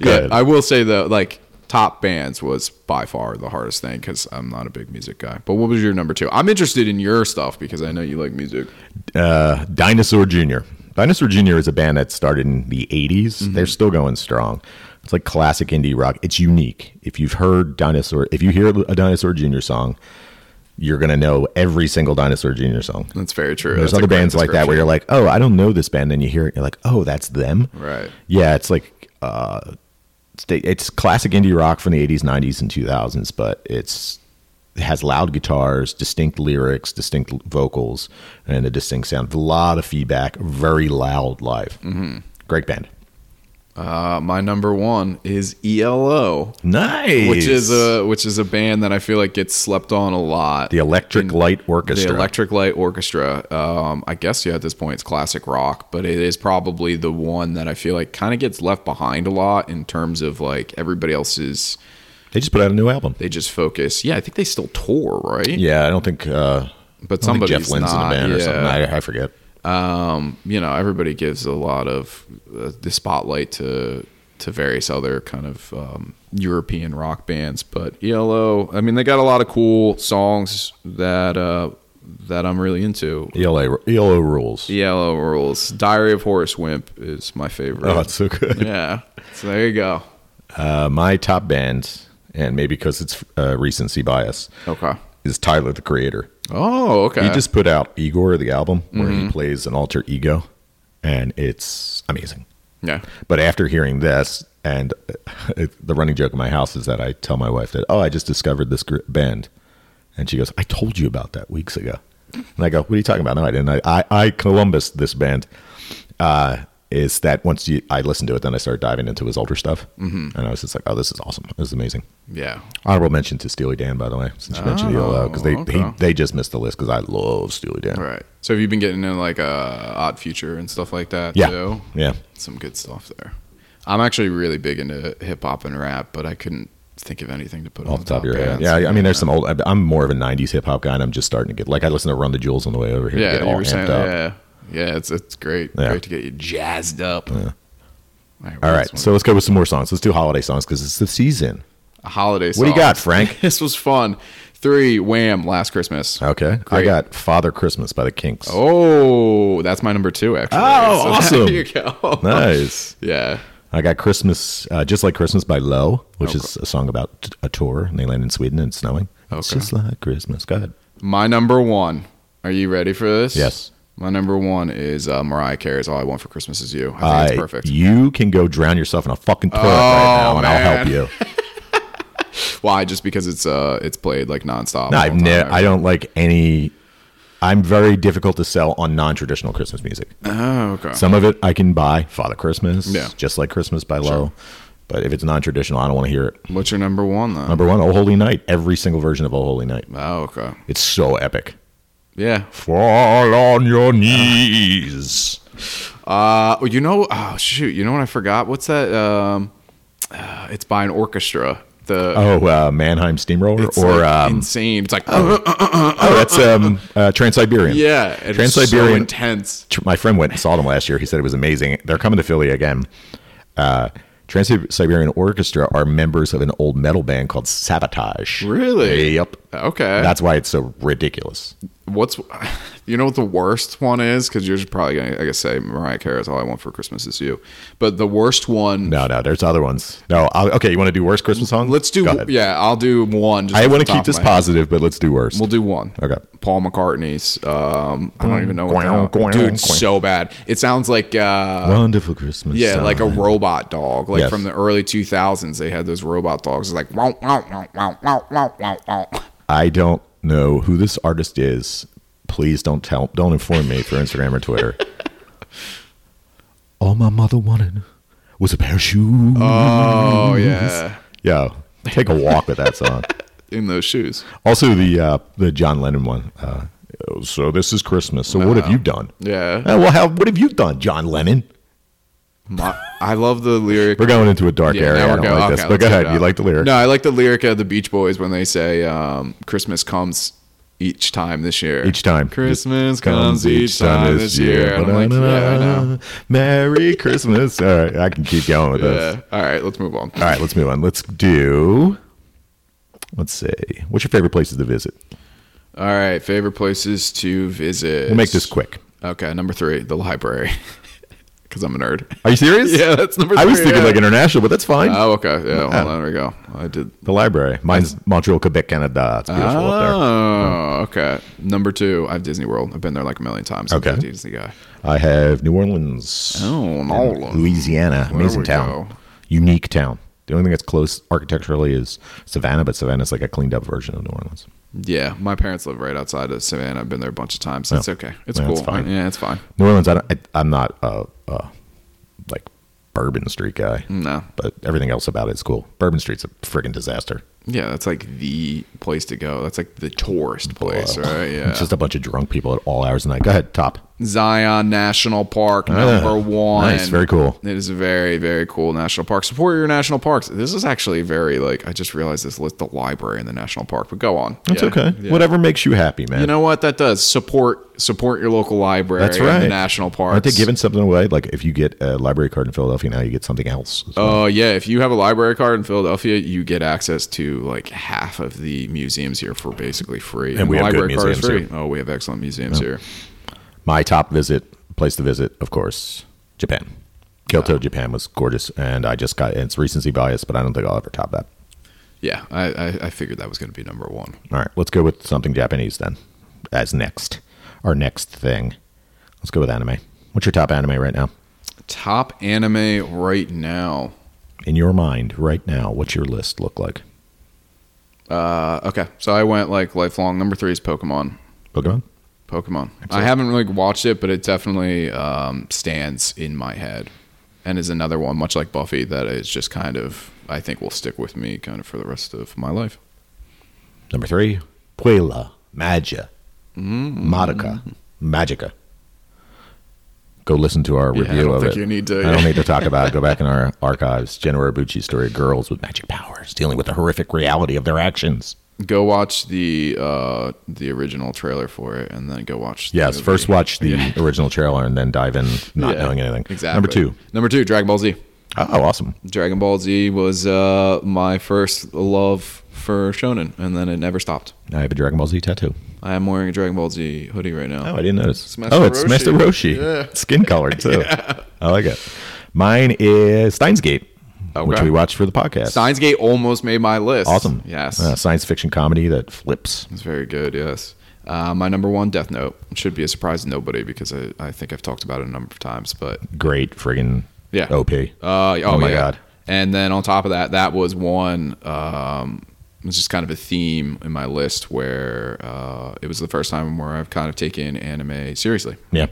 S2: Yeah,
S1: ahead.
S2: I will say though, like top bands was by far the hardest thing because I'm not a big music guy. But what was your number two? I'm interested in your stuff because I know you like music.
S1: uh, Dinosaur Jr. Dinosaur Jr. is a band that started in the 80s.
S2: Mm-hmm.
S1: They're still going strong. It's like classic indie rock. It's unique. If you've heard Dinosaur, if you hear a Dinosaur Jr. song, you're going to know every single Dinosaur Jr. song.
S2: That's very true.
S1: There's
S2: That's a
S1: other
S2: great
S1: bands like that where you're like, oh, I don't know this band. And you hear it and you're like, oh, that's them.
S2: Right.
S1: Yeah, it's like, uh, it's, it's classic indie rock from the 80s, 90s, and 2000s, but it's it has loud guitars, distinct lyrics, distinct vocals, and a distinct sound. A lot of feedback, very loud live. Mm-hmm. Great band.
S2: Uh, my number one is ELO,
S1: Nice.
S2: which is uh, a which is a band that I feel like gets slept on a lot.
S1: the Electric
S2: in-
S1: Light Orchestra.
S2: The Electric Light Orchestra. Um, I guess yeah, at this point it's classic rock, but it is probably the one that I feel like kind of gets left behind a lot in terms of like everybody else's.
S1: they just put out a new album.
S2: They just focus. Yeah, I think they still tour, right?
S1: yeah, I don't think. Uh, I
S2: but
S1: don't think
S2: somebody's
S1: Jeff Lynne's
S2: not.
S1: in the band
S2: yeah.
S1: or something. I, I forget.
S2: um, you know, everybody gives a lot of uh, the spotlight to to various other kind of um, European rock bands, but ELO. I mean, they got a lot of cool songs that uh, that I'm really into.
S1: ELA, ELO E rules.
S2: ELO rules. Diary of Horace Wimp is my favorite.
S1: Oh, it's so good.
S2: yeah. So there you go.
S1: Uh, my top band, and maybe because it's uh, recency bias,
S2: Okay.
S1: is Tyler the Creator.
S2: Oh, okay.
S1: He just put out Igor, the album, where he plays an alter ego, and it's amazing.
S2: yeah.
S1: But after hearing this, and uh, it, the running joke in my house is that I tell my wife that, oh, I just discovered this gr- band. And she goes, I told you about that weeks ago. And I go, what are you talking about? No, I didn't. I, I, I Columbus this band. Uh, is that once you, I listened to it, then I started diving into his older stuff. Mm-hmm. And I was just like, oh, this is awesome. This is amazing.
S2: Yeah.
S1: Honorable mention to Steely Dan, by the way, since you mentioned ELO, because they,
S2: Oh, okay.
S1: he, they just missed the list because I love Steely Dan.
S2: All right. So have you been getting into like uh, Odd Future and stuff like that
S1: Yeah.
S2: too?
S1: Yeah.
S2: Some good stuff there. I'm actually really big into hip hop and rap, but I couldn't think of anything to put
S1: Off
S2: on
S1: the top of your head.
S2: bands.
S1: Yeah. I mean, there's some old, I'm more of a 90s hip hop guy, and I'm just starting to get, like, I listen to Run the Jewels on the way over here. to
S2: Yeah,
S1: get
S2: you
S1: all
S2: were saying
S1: amped up.
S2: yeah. Yeah, it's it's great.
S1: Yeah.
S2: Great to get you jazzed up. All right.
S1: All
S2: what's
S1: right.
S2: one?
S1: So let's go with some more songs. Let's do holiday songs because it's the season.
S2: a holiday
S1: What do you
S2: song.
S1: got, Frank?
S2: this was fun. Three, wham, last Christmas.
S1: Okay. I
S2: Great.
S1: got Father Christmas by the Kinks.
S2: Oh, that's my number two, actually.
S1: Oh, awesome.
S2: There you go.
S1: Nice.
S2: Yeah.
S1: I got Christmas, uh, Just Like Christmas by Low, which is a song about t- a tour and they land in Sweden and it's snowing. It's
S2: Okay.
S1: just like Christmas. Go ahead.
S2: My number one. Are you ready for this?
S1: Yes.
S2: My number one is uh, Mariah Carey's All I Want for Christmas Is You. I think
S1: I,
S2: it's perfect.
S1: You can go drown yourself in a fucking toilet right now
S2: Oh,
S1: and I'll help
S2: man.
S1: you.
S2: Why? Just because it's uh it's played like nonstop.
S1: No,
S2: all
S1: I've
S2: the
S1: ne-
S2: time.
S1: I don't like any. I'm very difficult to sell on non traditional Christmas music.
S2: Oh, okay.
S1: Some of it I can buy, Father Christmas,
S2: Yeah.
S1: Just Like Christmas by Low. But if it's non traditional, I don't want to hear it.
S2: What's your number one though?
S1: Number one, Oh Holy Night. Every single version of Oh Holy Night.
S2: oh, okay.
S1: It's so epic.
S2: Yeah.
S1: Fall on your knees.
S2: Oh. Uh, well, you know. Oh shoot. You know what I forgot? What's that? Um, uh, it's by an orchestra. The
S1: Oh, uh, Mannheim Steamroller,
S2: it's
S1: or
S2: like
S1: um,
S2: insane. It's like
S1: oh, that's um, uh, Trans Siberian.
S2: yeah. It's
S1: Trans
S2: So
S1: Siberian.
S2: intense.
S1: my friend went and saw them last year. He said it was amazing. They're coming to Philly again. Uh, Trans Siberian Orchestra are members of an old metal band called Sabotage.
S2: Really? Uh,
S1: Yep.
S2: Okay.
S1: That's why it's so ridiculous.
S2: What's you know what the worst one is? Because you're just probably gonna, I guess, say Mariah Carey's "All I Want for Christmas Is You," but the worst one.
S1: No, no, there's other ones. No, I'll, okay, you want to do worst Christmas song?
S2: Let's do
S1: Go ahead.
S2: yeah. I'll do one. Just
S1: I
S2: off
S1: want
S2: the
S1: to keep
S2: top of
S1: this
S2: my head.
S1: positive, but let's do worst.
S2: We'll do uh, one.
S1: Okay.
S2: Paul McCartney's. Um, I don't even know what
S1: Quack,
S2: that
S1: quack,
S2: dude.
S1: quack.
S2: So bad. It sounds like uh,
S1: Wonderful Christmas.
S2: yeah, like a
S1: time.
S2: robot dog, like
S1: Yes.
S2: from the early two thousands. They had those robot dogs. It's like wow, wow, wow, wow, wow, wow, wow, wow.
S1: I don't know who this artist is, Please don't tell. Don't inform me through Instagram or Twitter. All my mother wanted was a pair of shoes.
S2: Oh yeah,
S1: Yo, take a walk with that song.
S2: in those shoes.
S1: Also, the uh, the John Lennon one. Uh, so this is Christmas. So what have you done?
S2: Yeah,
S1: Uh, well, how, what have you done, John Lennon?
S2: My- I love the lyric.
S1: We're going into a dark
S2: Yeah,
S1: area.
S2: now
S1: I
S2: we're
S1: don't
S2: go-
S1: like
S2: okay,
S1: this. But
S2: let's
S1: go
S2: get
S1: ahead.
S2: it
S1: You
S2: out.
S1: like the lyric?
S2: No, I like the lyric of the Beach Boys when they say um, "Christmas comes each time this year."
S1: Each time.
S2: Christmas
S1: Just
S2: comes each time this year. And I'm like, yeah, I know.
S1: Merry Christmas. All right, I can keep going with this.
S2: Yeah. All right, let's move on.
S1: All right, let's move on. Let's do. Let's see. What's your favorite places to visit?
S2: All right, favorite places to visit.
S1: We'll make this quick.
S2: Okay, number three, the library, because I'm a nerd.
S1: Are you serious?
S2: Yeah, that's number
S1: I was
S2: three,
S1: thinking
S2: yeah.
S1: like international, but that's fine.
S2: Oh, okay. Yeah,
S1: Ah.
S2: well, there we go. I did.
S1: the library. Mine's Montreal, Quebec, Canada. It's beautiful up
S2: Oh, okay. Number two, I have Disney World. I've been there like a million times.
S1: Okay.
S2: I'm a Disney guy.
S1: there. I have New Orleans.
S2: Oh,
S1: and
S2: New Orleans.
S1: Louisiana.
S2: There
S1: Amazing
S2: we
S1: town.
S2: go.
S1: Unique town. The only thing that's close architecturally is Savannah, but Savannah's like a cleaned up version of New Orleans.
S2: Yeah, my parents live right outside of Savannah. I've been there a bunch of times. That's okay. It's
S1: Yeah,
S2: cool.
S1: it's fine.
S2: Yeah, it's fine.
S1: New Orleans, I don't, I, am not a, a like Bourbon Street guy,
S2: No.
S1: but everything else about it's cool. Bourbon Street's a friggin' disaster.
S2: Yeah, that's like the place to go. That's like the tourist place,
S1: Ugh.
S2: right? Yeah.
S1: It's just a bunch of drunk people at all hours of the night. Go ahead, top.
S2: Zion National Park,
S1: Ah,
S2: number one.
S1: nice, very cool.
S2: It is a very, very cool national park. Support your national parks. This is actually very like I just realized this list the library in the national park, but go on.
S1: That's
S2: Yeah,
S1: okay.
S2: yeah.
S1: Whatever makes you happy, man.
S2: You know what that does? Support support your local library.
S1: That's
S2: and
S1: right.
S2: the national parks.
S1: Aren't they giving something away? Like if you get a library card in Philadelphia now, you get something else. as well.
S2: Oh yeah, if you have a library card in Philadelphia, you get access to like half of the museums here for basically free.
S1: And we
S2: the
S1: have good
S2: library card is
S1: museums
S2: free. Oh, we have excellent museums here.
S1: My top visit, place to visit, of course, Japan. Kyoto, Japan was gorgeous, and I just got it's recency bias, but I don't think I'll ever top that.
S2: Yeah, I, I, I figured that was going to be number one.
S1: All right, let's go with something Japanese then. As next, our next thing. Let's go with anime. What's your top anime right now?
S2: Top anime right now.
S1: In your mind, right now, what's your list look like?
S2: Uh, okay, so I went like lifelong. Number three is Pokemon.
S1: Pokemon.
S2: Pokemon.
S1: Excellent.
S2: I haven't really watched it, but it definitely um, stands in my head, and is another one much like Buffy that is just kind of I think will stick with me kind of for the rest of my life.
S1: Number three, Puella Magia, Madoka,
S2: Mm.
S1: Magica. Go listen to our
S2: Yeah, I
S1: review
S2: don't
S1: of
S2: think
S1: it.
S2: you need to-
S1: I don't need to talk about it. Go back in our archives. Jen Urobuchi's story, Girls with Magic Powers, dealing with the horrific reality of their actions.
S2: go watch the uh the original trailer for it and then go watch the
S1: Yes,
S2: movie.
S1: first watch the
S2: Yeah.
S1: original trailer and then dive in not
S2: Yeah,
S1: knowing anything.
S2: exactly
S1: Number two.
S2: number two dragon ball z
S1: Oh, awesome.
S2: dragon ball z was uh my first love for shonen and then it never stopped
S1: I have a Dragon Ball Z tattoo.
S2: i am wearing a dragon ball z hoodie right now
S1: Oh, I didn't notice.
S2: Master
S1: oh, it's
S2: Roshi.
S1: Master Roshi. Skin colored, too. I like it. Mine is Steins Gate, which
S2: Okay.
S1: we watched for the podcast.
S2: Steins Gate almost made my list
S1: Awesome.
S2: yes
S1: Uh, science fiction comedy that flips.
S2: it's very good yes uh, my number one death note should be a surprise to nobody because I, I think i've talked about it a number of times but
S1: Great friggin'
S2: Yeah.
S1: OP.
S2: Uh, oh,
S1: Oh my
S2: yeah.
S1: God.
S2: And then on top of that, that was one. Um, it was just kind of a theme in my list where uh, it was the first time where I've kind of taken anime seriously.
S1: yeah.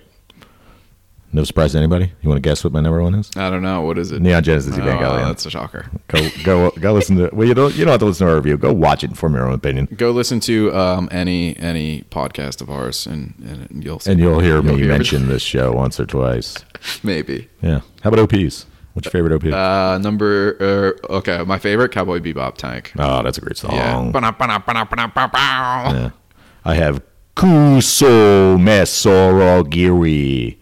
S1: No surprise to anybody. You want to guess what my number one is?
S2: I don't know what is it.
S1: Neon Genesis Evangelion.
S2: Oh, that's a shocker.
S1: Go, go, go! Listen to. Well, you don't. You don't have to listen to our review. Go watch it and form your own opinion,
S2: Go listen to um, any any podcast of ours, and, and you'll see.
S1: and you'll hear me
S2: You'll hear it.
S1: mention this show once or twice.
S2: maybe
S1: Yeah. How about OPs? What's your favorite OP?
S2: uh, number. Uh, okay, my favorite Cowboy Bebop tank.
S1: oh, that's a great song.
S2: Yeah. Ba-da-ba-da-ba-da-ba-ba.
S1: Yeah. I have Kuso Mesorogiri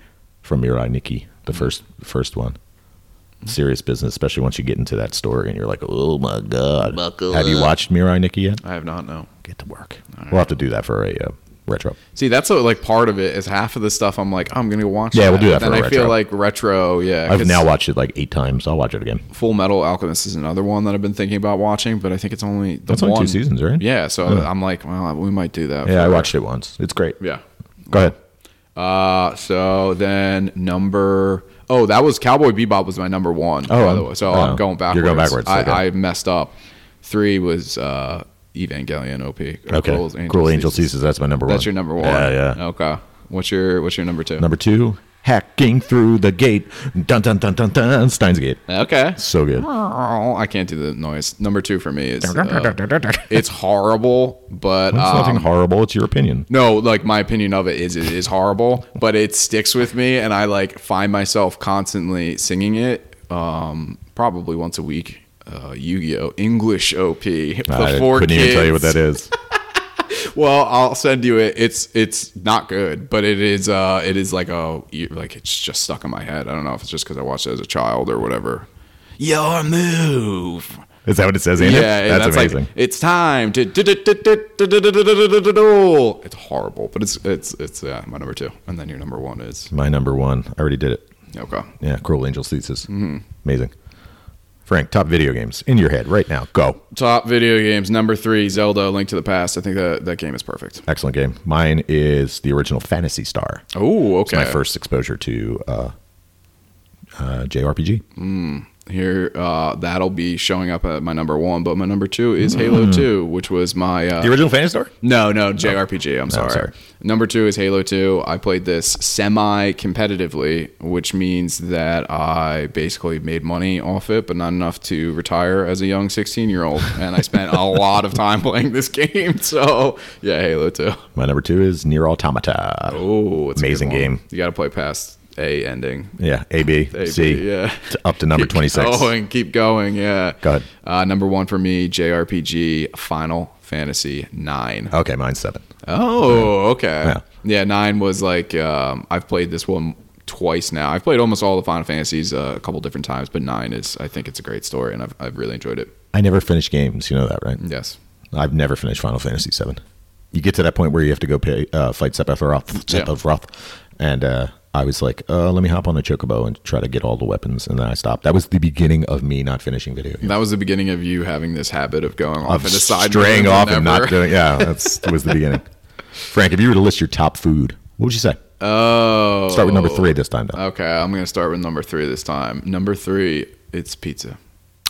S1: from Mirai Nikki, the first first one. Serious business, especially once you get into that story and you're like, oh my god. have you watched Mirai Nikki yet?
S2: I have not known.
S1: Get to work. We'll have to do that for a uh, retro.
S2: See, that's what, like part of it is half of the stuff I'm like, oh, I'm gonna go watch.
S1: Yeah, we'll do that
S2: Then
S1: for a
S2: I feel
S1: retro.
S2: like retro. Yeah,
S1: I've
S2: 'cause
S1: now watched it like eight times. I'll watch it again.
S2: Full Metal Alchemist is another one that I've been thinking about watching, but I think it's only the
S1: That's
S2: one
S1: only two seasons, right?
S2: Yeah, so I'm like, well, we might do that.
S1: Yeah, I
S2: for-
S1: watched it once. It's great.
S2: Yeah.
S1: Go ahead.
S2: Uh, so then number. Oh, that was Cowboy Bebop was my number one.
S1: Oh,
S2: by the
S1: I'm-
S2: way. So
S1: oh,
S2: I'm going
S1: you're
S2: backwards.
S1: going backwards,
S2: I,
S1: okay.
S2: I messed up. Three was uh, Evangelion OP. or
S1: Okay. Cruel Angel,
S2: Thesis.
S1: Thesis. That's my number one.
S2: That's your number one.
S1: Yeah, yeah.
S2: Okay. What's your What's your number two?
S1: Number two, Hacking Through the Gate. Dun, dun, dun, dun, dun. Steins Gate.
S2: okay.
S1: So good.
S2: I can't do the noise. Number two for me is uh, it's horrible, but
S1: It's
S2: um,
S1: nothing horrible. It's your opinion.
S2: No, like my opinion of it is it is horrible, but it sticks with me, and I like find myself constantly singing it, um, probably once a week. Uh, Yu-Gi-Oh! English OP. The
S1: I
S2: four
S1: couldn't
S2: kids.
S1: even tell you what that is.
S2: Well, I'll send you it. It's it's not good, but it is uh it is like a like it's just stuck in my head. I don't know if it's just because I watched it as a child or whatever. Your move.
S1: Is that what it says in it?
S2: Yeah, and
S1: That's,
S2: that's,
S1: amazing.
S2: Like, it's time to. It's horrible, but it's it's it's uh, my number two, and then your number one is
S1: my number one. I already did it.
S2: okay.
S1: Yeah, Cruel Angel Thesis.
S2: Mm-hmm.
S1: Amazing. Frank, top video games in your head right now. Go.
S2: Top video games number three: Zelda: Link to the Past. I think that that game is perfect.
S1: Excellent game. Mine is the original Fantasy Star.
S2: Oh, okay.
S1: It's my first exposure to uh, uh, JRPG.
S2: here. Uh, that'll be showing up at my number one, but my number two is Halo Two, which was my uh,
S1: The original Fantasy Star?
S2: No, Oh. no, JRPG. I'm sorry.
S1: sorry.
S2: Number two is Halo 2. I played this semi competitively, which means that I basically made money off it, but not enough to retire as a young 16 year old. And I spent a lot of time playing this game. So, yeah, Halo 2.
S1: My number two is Near Automata.
S2: Oh, it's a good
S1: Amazing
S2: one.
S1: game.
S2: You got to play past A ending.
S1: Yeah, A, B,
S2: A, B,
S1: C,
S2: yeah.
S1: to up to number 26.
S2: Oh, and keep going. Yeah.
S1: Go ahead.
S2: Uh, number one for me, JRPG Final Fantasy 9.
S1: Okay, mine's seven.
S2: Oh, okay.
S1: Uh, Yeah.
S2: Yeah. nine was like um, I've played this one twice now. I've played almost all the Final Fantasies uh, a couple different times, but nine is I think it's a great story, and I've I've really enjoyed it.
S1: I never finish games. You know that, right?
S2: Yes.
S1: I've never finished Final Fantasy VII. You get to that point where you have to go pay, uh, fight Sephiroth,
S2: Yeah.
S1: Sephiroth, and uh, I was like, uh, "Let me hop on a chocobo and try to get all the weapons," and then I stopped. That was the beginning of me not finishing video games.
S2: That was the beginning of you having this habit of going off
S1: Of
S2: and aside
S1: straying off and not doing. Yeah, that's that was the beginning. Frank, if you were to list your top food, what would you say?
S2: Oh. Uh,
S1: Start with number three this time, though.
S2: Okay, I'm gonna start with number three this time. Number three, it's pizza.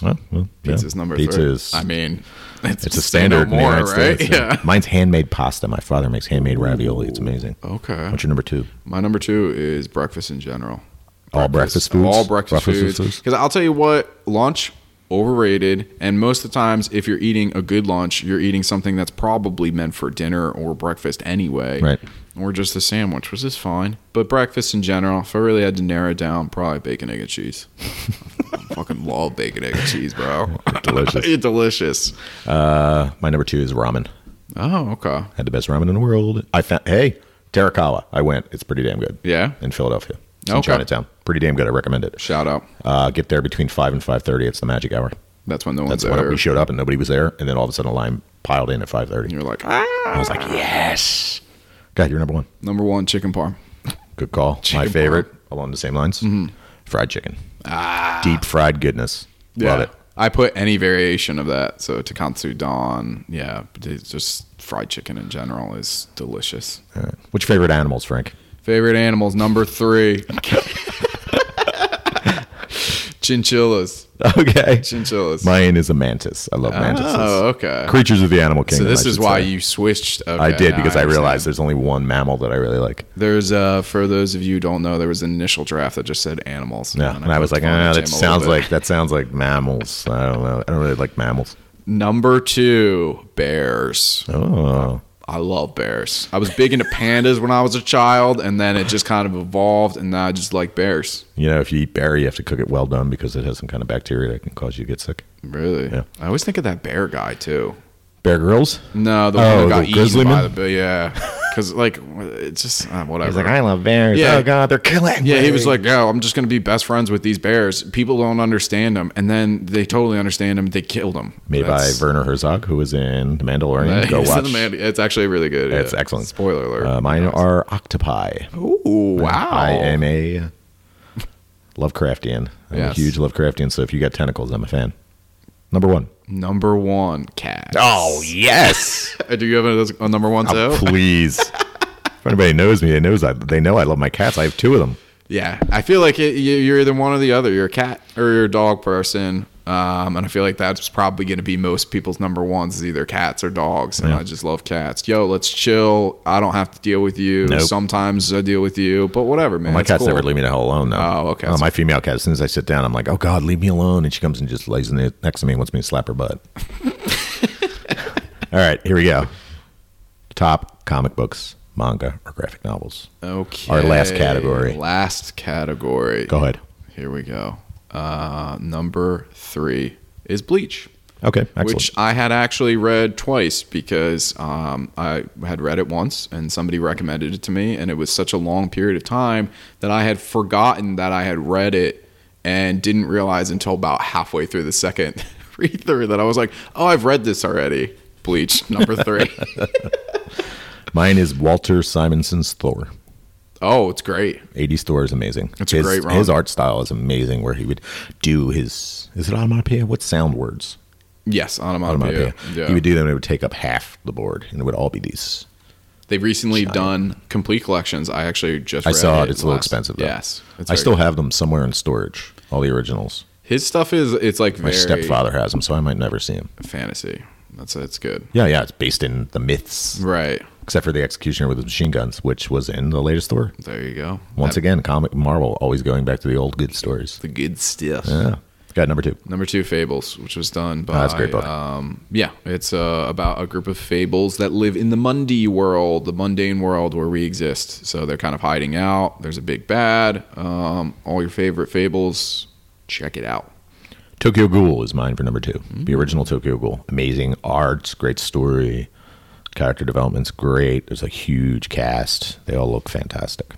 S1: Well, well, yeah.
S2: Pizza's number
S1: Pizza
S2: three.
S1: Is,
S2: I mean, it's,
S1: it's a
S2: say no
S1: standard in the
S2: more,
S1: United
S2: right?
S1: States.
S2: Yeah.
S1: Mine's handmade pasta. My father makes handmade ravioli. It's amazing.
S2: Okay.
S1: What's your number two?
S2: My number two is breakfast in general.
S1: All breakfast foods?
S2: All breakfast,
S1: Breakfast foods?
S2: foods. Because I'll tell you what, lunch overrated. And most of the times, if you're eating a good lunch, you're eating something that's probably meant for dinner or breakfast anyway,
S1: Right.
S2: Or just a sandwich, which is fine. But breakfast in general, if I really had to narrow it down, probably bacon, egg, and cheese. I fucking love bacon, egg, and cheese, bro.
S1: Delicious.
S2: it's delicious.
S1: Uh, my number two is ramen.
S2: Oh, okay.
S1: Had the best ramen in the world. I found hey Terakawa. I went. It's pretty damn good.
S2: Yeah.
S1: in Philadelphia, it's in
S2: Okay.
S1: Chinatown. Pretty damn good. I recommend it.
S2: Shout out.
S1: Uh, get there between five and five thirty. It's the magic hour.
S2: That's when the ones
S1: That's when
S2: are.
S1: we showed up and nobody was there, and then all of a sudden a line piled in at five thirty.
S2: You're like, ah.
S1: I was like, yes. God, you're number one.
S2: Number one, chicken parm.
S1: Good call. My
S2: Chicken Mm-hmm.
S1: favorite, along the same lines, fried chicken. Ah. Deep fried goodness. Love it.
S2: I put any variation of that. So Takatsu Don, yeah, but it's just fried chicken in general is delicious.
S1: All right. Uh, What's your favorite animals, Frank?
S2: Favorite animals number three. Chinchillas.
S1: Okay.
S2: Chinchillas.
S1: Mine is a mantis. I love mantises.
S2: oh, okay.
S1: Creatures of the animal
S2: So
S1: kingdom. I
S2: this is
S1: should
S2: why
S1: say.
S2: you switched. Okay,
S1: I did
S2: now
S1: because I,
S2: understand.
S1: realized there's only one mammal that I really like.
S2: there's uh for those of you who don't know there was an initial draft that just said animals.
S1: Yeah, and I was like,
S2: clicked on
S1: ah,
S2: it,
S1: that
S2: Jim, a little
S1: sounds
S2: bit.
S1: like that sounds like mammals. I don't know. I don't really like mammals.
S2: number two bears.
S1: Oh,
S2: I love bears. I was big into pandas when I was a child, and then it just kind of evolved, and now I just like bears.
S1: you know, if you eat bear, you have to cook it well done because it has some kind of bacteria that can cause you to get sick.
S2: Really?
S1: Yeah.
S2: I always think of that bear guy too.
S1: Bear girls.
S2: No, the
S1: Oh,
S2: one that got
S1: the grizzly
S2: eaten by
S1: man?
S2: the bear. Yeah, because like it's just uh, whatever.
S1: He's like, I love bears.
S2: Yeah.
S1: Oh God, they're killing.
S2: yeah,
S1: me."
S2: he was like, "Yo, I'm just gonna be best friends with these bears." People don't understand them, and then they totally understand them. They killed them.
S1: made
S2: That's-
S1: by Werner Herzog, who was in The Mandalorian.
S2: That
S1: Go
S2: is
S1: watch.
S2: the man- It's actually really good.
S1: It's
S2: yeah.
S1: excellent.
S2: Spoiler alert.
S1: Uh, mine are octopi.
S2: Ooh, wow.
S1: I am a Lovecraftian. I'm
S2: Yes.
S1: a huge Lovecraftian. So if you got tentacles, I'm a fan. Number one.
S2: number one cat.
S1: Oh. yes.
S2: Do you have a, a number one
S1: Oh,
S2: too?
S1: please. if anybody knows me, they knows I, they know I love my cats. I have two of them.
S2: Yeah, I feel like it, you, you're either one or the other. You're a cat or you're a dog person, Um, and I feel like that's probably going to be most people's number ones is either cats or dogs. And I just love cats. Yo, let's chill. I don't have to deal with you.
S1: Nope.
S2: Sometimes I deal with you, but whatever, man.
S1: My
S2: It's
S1: cat's
S2: cool.
S1: never leave me the hell alone though.
S2: Oh, okay.
S1: Uh, my female cat, as soon as I sit down, I'm like, oh god, leave me alone, and she comes and just lays in the- next to me and wants me to slap her butt. All right, here we go. Top comic books, manga, or graphic novels.
S2: Okay.
S1: Our last category.
S2: Last category.
S1: Go ahead.
S2: Here we go. Uh, number three is Bleach.
S1: Okay, excellent.
S2: Which I had actually read twice because um, I had read it once and somebody recommended it to me, and it was such a long period of time that I had forgotten that I had read it and didn't realize until about halfway through the second read through that I was like, oh, I've read this already. Bleach number three.
S1: Mine is Walter Simonson's Thor.
S2: oh, it's great.
S1: 80s Thor is amazing.
S2: It's a
S1: his,
S2: great run.
S1: His art style is amazing, where he would do his is it onomatopoeia? What sound words?
S2: Yes, onomatopoeia.
S1: Onomatopoeia.
S2: Yeah.
S1: He would do them. and It would take up half the board, and it would all be these.
S2: They've recently done complete collections. I actually just
S1: I
S2: read
S1: saw it. It's a little
S2: last-
S1: expensive. Though.
S2: Yes, it's
S1: I
S2: very
S1: still
S2: good.
S1: have them somewhere in storage. All the originals.
S2: his stuff is it's like
S1: My
S2: very
S1: stepfather has them, so I might never see them.
S2: fantasy. That's it's good.
S1: Yeah, yeah. It's based in the myths,
S2: Right
S1: except for the executioner with the machine guns, which was in the latest Thor.
S2: there, you go.
S1: Once
S2: That-
S1: again, comic Marvel always going back to the old good stories.
S2: the good stuff.
S1: Yeah. Got number two. Ah,
S2: Number two, Fables, which was done by.
S1: that's a great book.
S2: Um, yeah, it's uh, about a group of fables that live in the Mundi world, the mundane world where we exist. So they're kind of hiding out. There's a big bad. Um, all your favorite fables, check it out.
S1: Tokyo Ghoul is mine for number 2
S2: Mm-hmm.
S1: The original Tokyo Ghoul, amazing arts, great story, character development's great. There's a huge cast. They all look fantastic.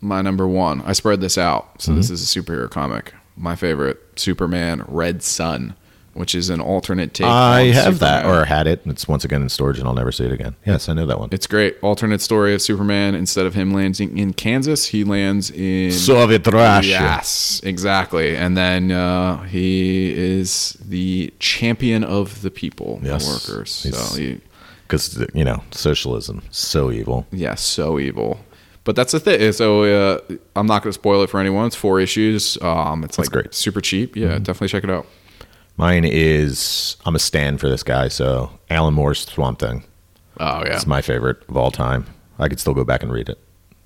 S2: my number one. I spread this out, so
S1: Mm-hmm.
S2: this is a superhero comic. My favorite, Superman Red Sun, which is an alternate take.
S1: I
S2: on
S1: have that,
S2: Superman.
S1: or had it. and It's once again in storage, and I'll never see it again. Yes, I know that one.
S2: It's great. Alternate story of Superman. Instead of him landing in Kansas, he lands in
S1: Soviet Russia.
S2: Yes, exactly. And then uh, he is the champion of the people, the
S1: Yes.
S2: workers.
S1: He's-
S2: So he,
S1: Because, you know, socialism, so evil.
S2: yeah, so evil. But that's the thing. So uh, I'm not going to spoil it for anyone. It's four issues. Um, it's like
S1: great. Mm-hmm.
S2: super cheap. Yeah, definitely check it out.
S1: Mine is, I'm a stand for this guy, so Alan Moore's Swamp Thing.
S2: Oh yeah,
S1: It's my favorite of all time. I could still go back and read it.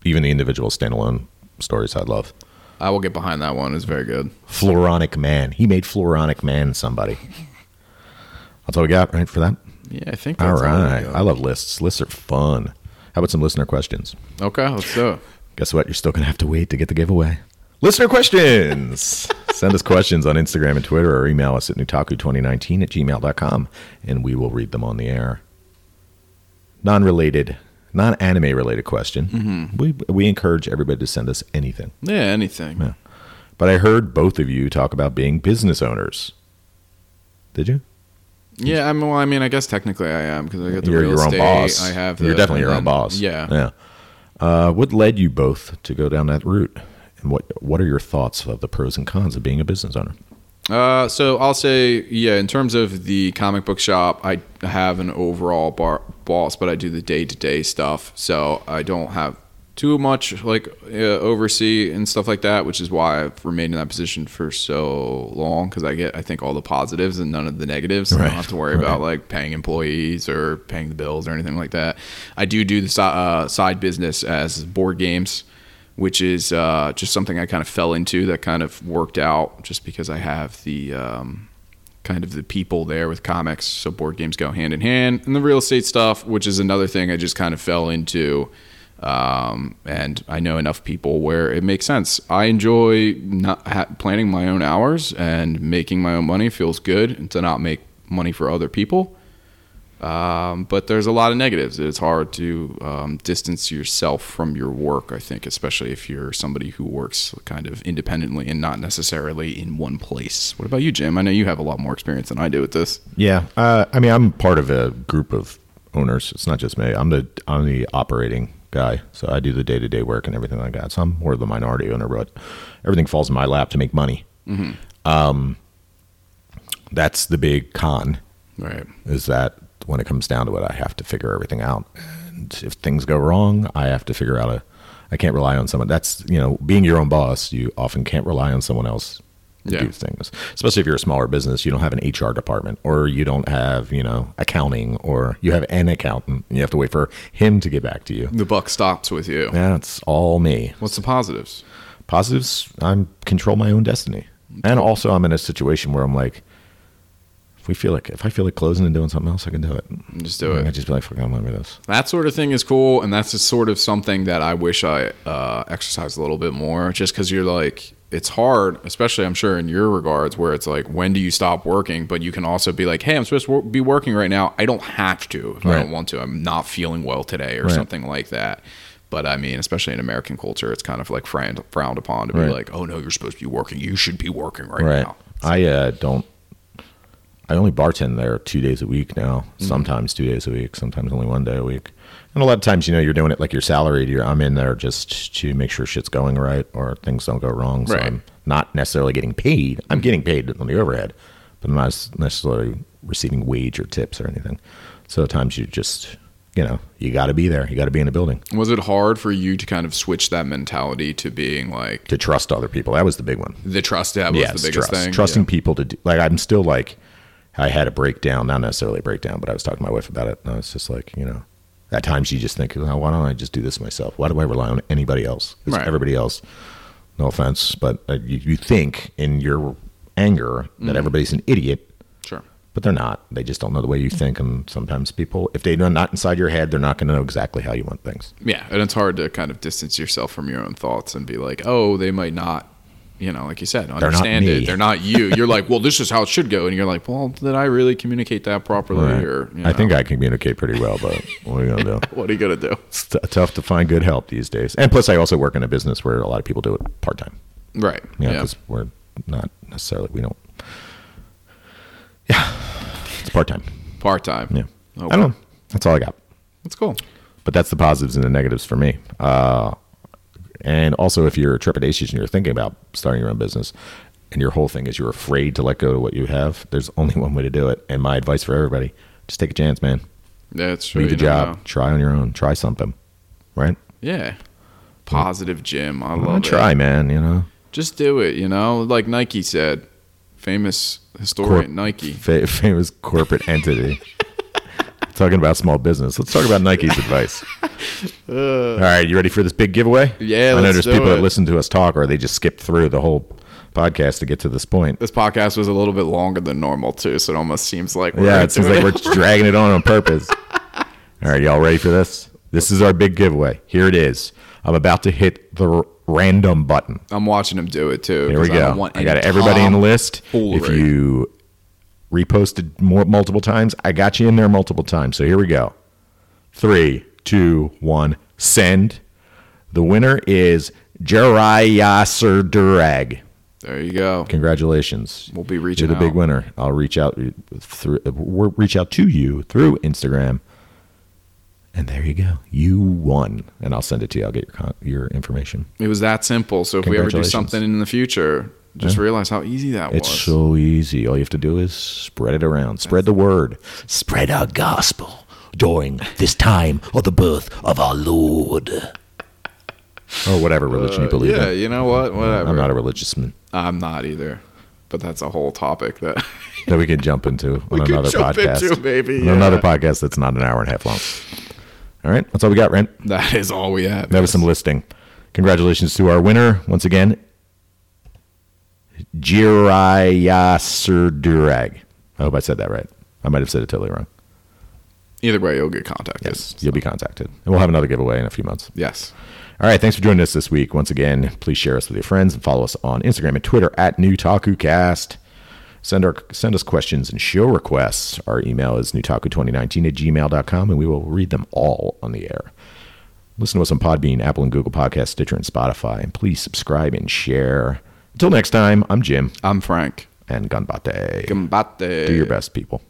S1: Even the individual standalone stories I love.
S2: I will get behind that one. It's very good.
S1: Floronic Man. He made Floronic Man somebody. That's all we got, right, for that?
S2: Yeah, I think.
S1: all
S2: That's
S1: right.
S2: we
S1: I love lists. Lists are fun. How about some listener questions?
S2: got. okay, let's do it.
S1: Guess what? You're still going to have to wait to get the giveaway. Listener questions. Send us questions on Instagram and Twitter or email us at nutaku2019 at gmail.com and we will read them on the air. Non related, non anime related question. We, we encourage everybody to send us anything.
S2: Yeah, anything.
S1: Yeah. But I heard both of you talk about being business owners. Did you?
S2: Yeah, I mean, well, I mean, I guess technically I am because I got the
S1: You're
S2: real
S1: your own
S2: estate.
S1: boss.
S2: I have.
S1: You're
S2: the-
S1: definitely
S2: and
S1: your own
S2: then-
S1: boss.
S2: Yeah.
S1: Yeah. Uh, what led you both to go down that route, and what what are your thoughts of the pros and cons of being a business owner?
S2: Uh, so I'll say, yeah, in terms of the comic book shop, I have an overall bar- boss, but I do the day to day stuff. So I don't have too much like uh, oversee and stuff like that, which is why I've remained in that position for so long because I get, I think, all the positives and none of the negatives. I
S1: Right.
S2: don't have to worry about like paying employees or paying the bills or anything like that. I do do the si- uh, side business as board games which is uh, just something I kind of fell into that kind of worked out just because I have the um, kind of the people there with comics. So board games go hand in hand. And the real estate stuff, which is another thing I just kind of fell into. Um, and I know enough people where it makes sense. I enjoy not ha- planning my own hours and making my own money feels good and to not make money for other people. Um, but there's a lot of negatives. It's hard to um, distance yourself from your work, I think, especially if you're somebody who works kind of independently and not necessarily in one place. What about you, Jim? I know you have a lot more experience than I do with this.
S1: Yeah, uh, I mean, I'm part of a group of owners. It's not just me. I'm the I'm the operating guy, so I do the day to day work and everything like that. So I'm more of the minority owner, but everything falls in my lap to make money. Um,
S2: Mm-hmm.
S1: that's the big con.
S2: Right.
S1: is that when it comes down to it, I have to figure everything out. And if things go wrong, I have to figure out a. I can't rely on someone. That's you know, being your own boss, you often can't rely on someone else
S2: Yeah.
S1: do things. Especially if you're a smaller business, you don't have an HR department or you don't have, you know, accounting or you have an accountant. And you have to wait for him to get back to you.
S2: The buck stops with you.
S1: Yeah, it's all me.
S2: What's the positives?
S1: Positives, I'm control my own destiny. And also I'm in a situation where I'm like, if we feel like if I feel like closing and doing something else, I can do it.
S2: Just do it.
S1: I just be like, fuck, I'm gonna do this.
S2: That sort of thing is cool, and that's just sort of something that I wish I uh, exercised a little bit more. Just because you're like, it's hard, especially I'm sure in your regards, where it's like, when do you stop working? But you can also be like, hey, I'm supposed to wor- be working right now. I don't have to if I
S1: Right.
S2: don't want to. I'm not feeling well today or
S1: Right.
S2: something like that. But I mean, especially in American culture, it's kind of like frowned, frowned upon to be
S1: Right.
S2: like, oh no, you're supposed to be working. You should be working right,
S1: Right.
S2: now.
S1: I uh, don't. I only bartend there two days a week now.
S2: Mm-hmm.
S1: Sometimes two days a week. Sometimes only one day a week. And a lot of times, you know, you're doing it like you're salaried. You're, I'm in there just to make sure shit's going right or things don't go wrong. So
S2: Right.
S1: I'm not necessarily getting paid. I'm getting paid on the overhead, but I'm not s- necessarily receiving wage or tips or anything. So at times you just, you know, you got to be there. You got to be in the building
S2: Was it hard for you to kind of switch that mentality to being like
S1: to trust other people. That was the big one.
S2: the trust that was
S1: yes,
S2: the biggest
S1: trust.
S2: thing?
S1: Trusting people to do, like I'm still like I had a breakdown, not necessarily a breakdown, but I was talking to my wife about it, and I was just like, you know, at times you just think, oh, why don't I just do this myself? Why do I rely on anybody else? 'Cause
S2: Right.
S1: everybody else. No offense, but uh, you, you think in your anger
S2: Mm-hmm.
S1: that everybody's an idiot,
S2: Yeah. Sure.
S1: but they're not. They just don't know the way you think, and sometimes people, if they're not inside your head, they're not going to know exactly how you want things.
S2: Yeah, and it's hard to kind of distance yourself from your own thoughts and be like, oh, they might not, you know, like you said,
S1: not
S2: understand
S1: me.
S2: it. They're not you. You're like, well, this is how it should go, and you're like, well, did I really communicate that properly? Or you
S1: I think
S2: know,
S1: I communicate pretty well, but what are you going to do?
S2: what are you gonna do?
S1: it's t- tough to find good help these days. And plus, I also work in a business where a lot of people do it part time.
S2: Right.
S1: You know,
S2: yeah.
S1: because we're not necessarily we don't. Yeah, it's part time.
S2: Part time.
S1: Yeah,
S2: Oh,
S1: I don't. know. That's all I got.
S2: That's cool.
S1: But that's the positives and the negatives for me. Uh, and also, if you're trepidatious and you're thinking about starting your own business, and your whole thing is you're afraid to let go of what you have, there's only one way to do it. And my advice for everybody: just take a chance, man.
S2: That's true.
S1: Leave a
S2: you never
S1: job,
S2: know.
S1: try on your own, try something, right?
S2: Yeah. Positive Jim. I
S1: Well,
S2: love it.
S1: try, man. You know.
S2: Just do it. You know, like Nike said, famous historian
S1: Corp-
S2: Nike.
S1: fa- famous corporate entity. Talking about small business. Let's talk about Nike's advice. All right, you ready for this big giveaway?
S2: Yeah,
S1: I know
S2: let's
S1: there's
S2: do
S1: people
S2: it.
S1: that listen to us talk, or they just skip through the whole podcast to get to this point.
S2: This podcast was a little bit longer than normal too, so it almost seems like we're
S1: Yeah, it seems
S2: doing
S1: like we're dragging it on on purpose. All right, y'all ready for this? This is our big giveaway. Here it is. I'm about to hit the r- random button.
S2: I'm watching him do it too.
S1: Here we
S2: 'cause
S1: go.
S2: don't want
S1: I
S2: any
S1: got everybody in the
S2: Tom
S1: list. If
S2: foolery.
S1: you reposted more, multiple times, I got you in there multiple times. So here we go. Three, two, one, send. The winner is Jari Yasser Durag.
S2: There you go.
S1: Congratulations.
S2: We'll be reaching
S1: You're the big
S2: out.
S1: winner. I'll reach out through we'll reach out to you through Instagram. And there you go. You won. And I'll send it to you. I'll get your con- your information.
S2: It was that simple. So if we ever do
S1: Congratulations.
S2: something in the future, just realize how easy that
S1: It's
S2: was.
S1: so easy. All you have to do is spread it around. Spread the word. Spread our gospel during this time of the birth of our Lord. Or whatever religion you believe
S2: Uh, yeah,
S1: in.
S2: you know what? Whatever.
S1: I'm not a religious man
S2: I'm not either. But that's a whole topic that
S1: that we can jump into on
S2: we could
S1: another
S2: jump
S1: podcast.
S2: into, maybe.
S1: on
S2: yeah.
S1: Another podcast that's not an hour and a half long. All right, that's all we got, Rent.
S2: That is all we have.
S1: That was some listing. Congratulations to our winner once again, Jiraiya Serdurag. I hope I said that right. I might have said it totally wrong.
S2: Either way, you'll get contacted.
S1: Yes, you'll be contacted. And we'll have another giveaway in a few months.
S2: Yes.
S1: All right, thanks for joining us this week. Once again, please share us with your friends and follow us on Instagram and Twitter at NewTakuCast. Send, our, send us questions and show requests. Our email is newtaku2019 at gmail.com, and we will read them all on the air. Listen to us on Podbean, Apple and Google Podcasts, Stitcher, and Spotify. And please subscribe and share. Until next time, I'm Jim
S2: I'm Frank.
S1: and Ganbate.
S2: Gambate.
S1: Do your best, people.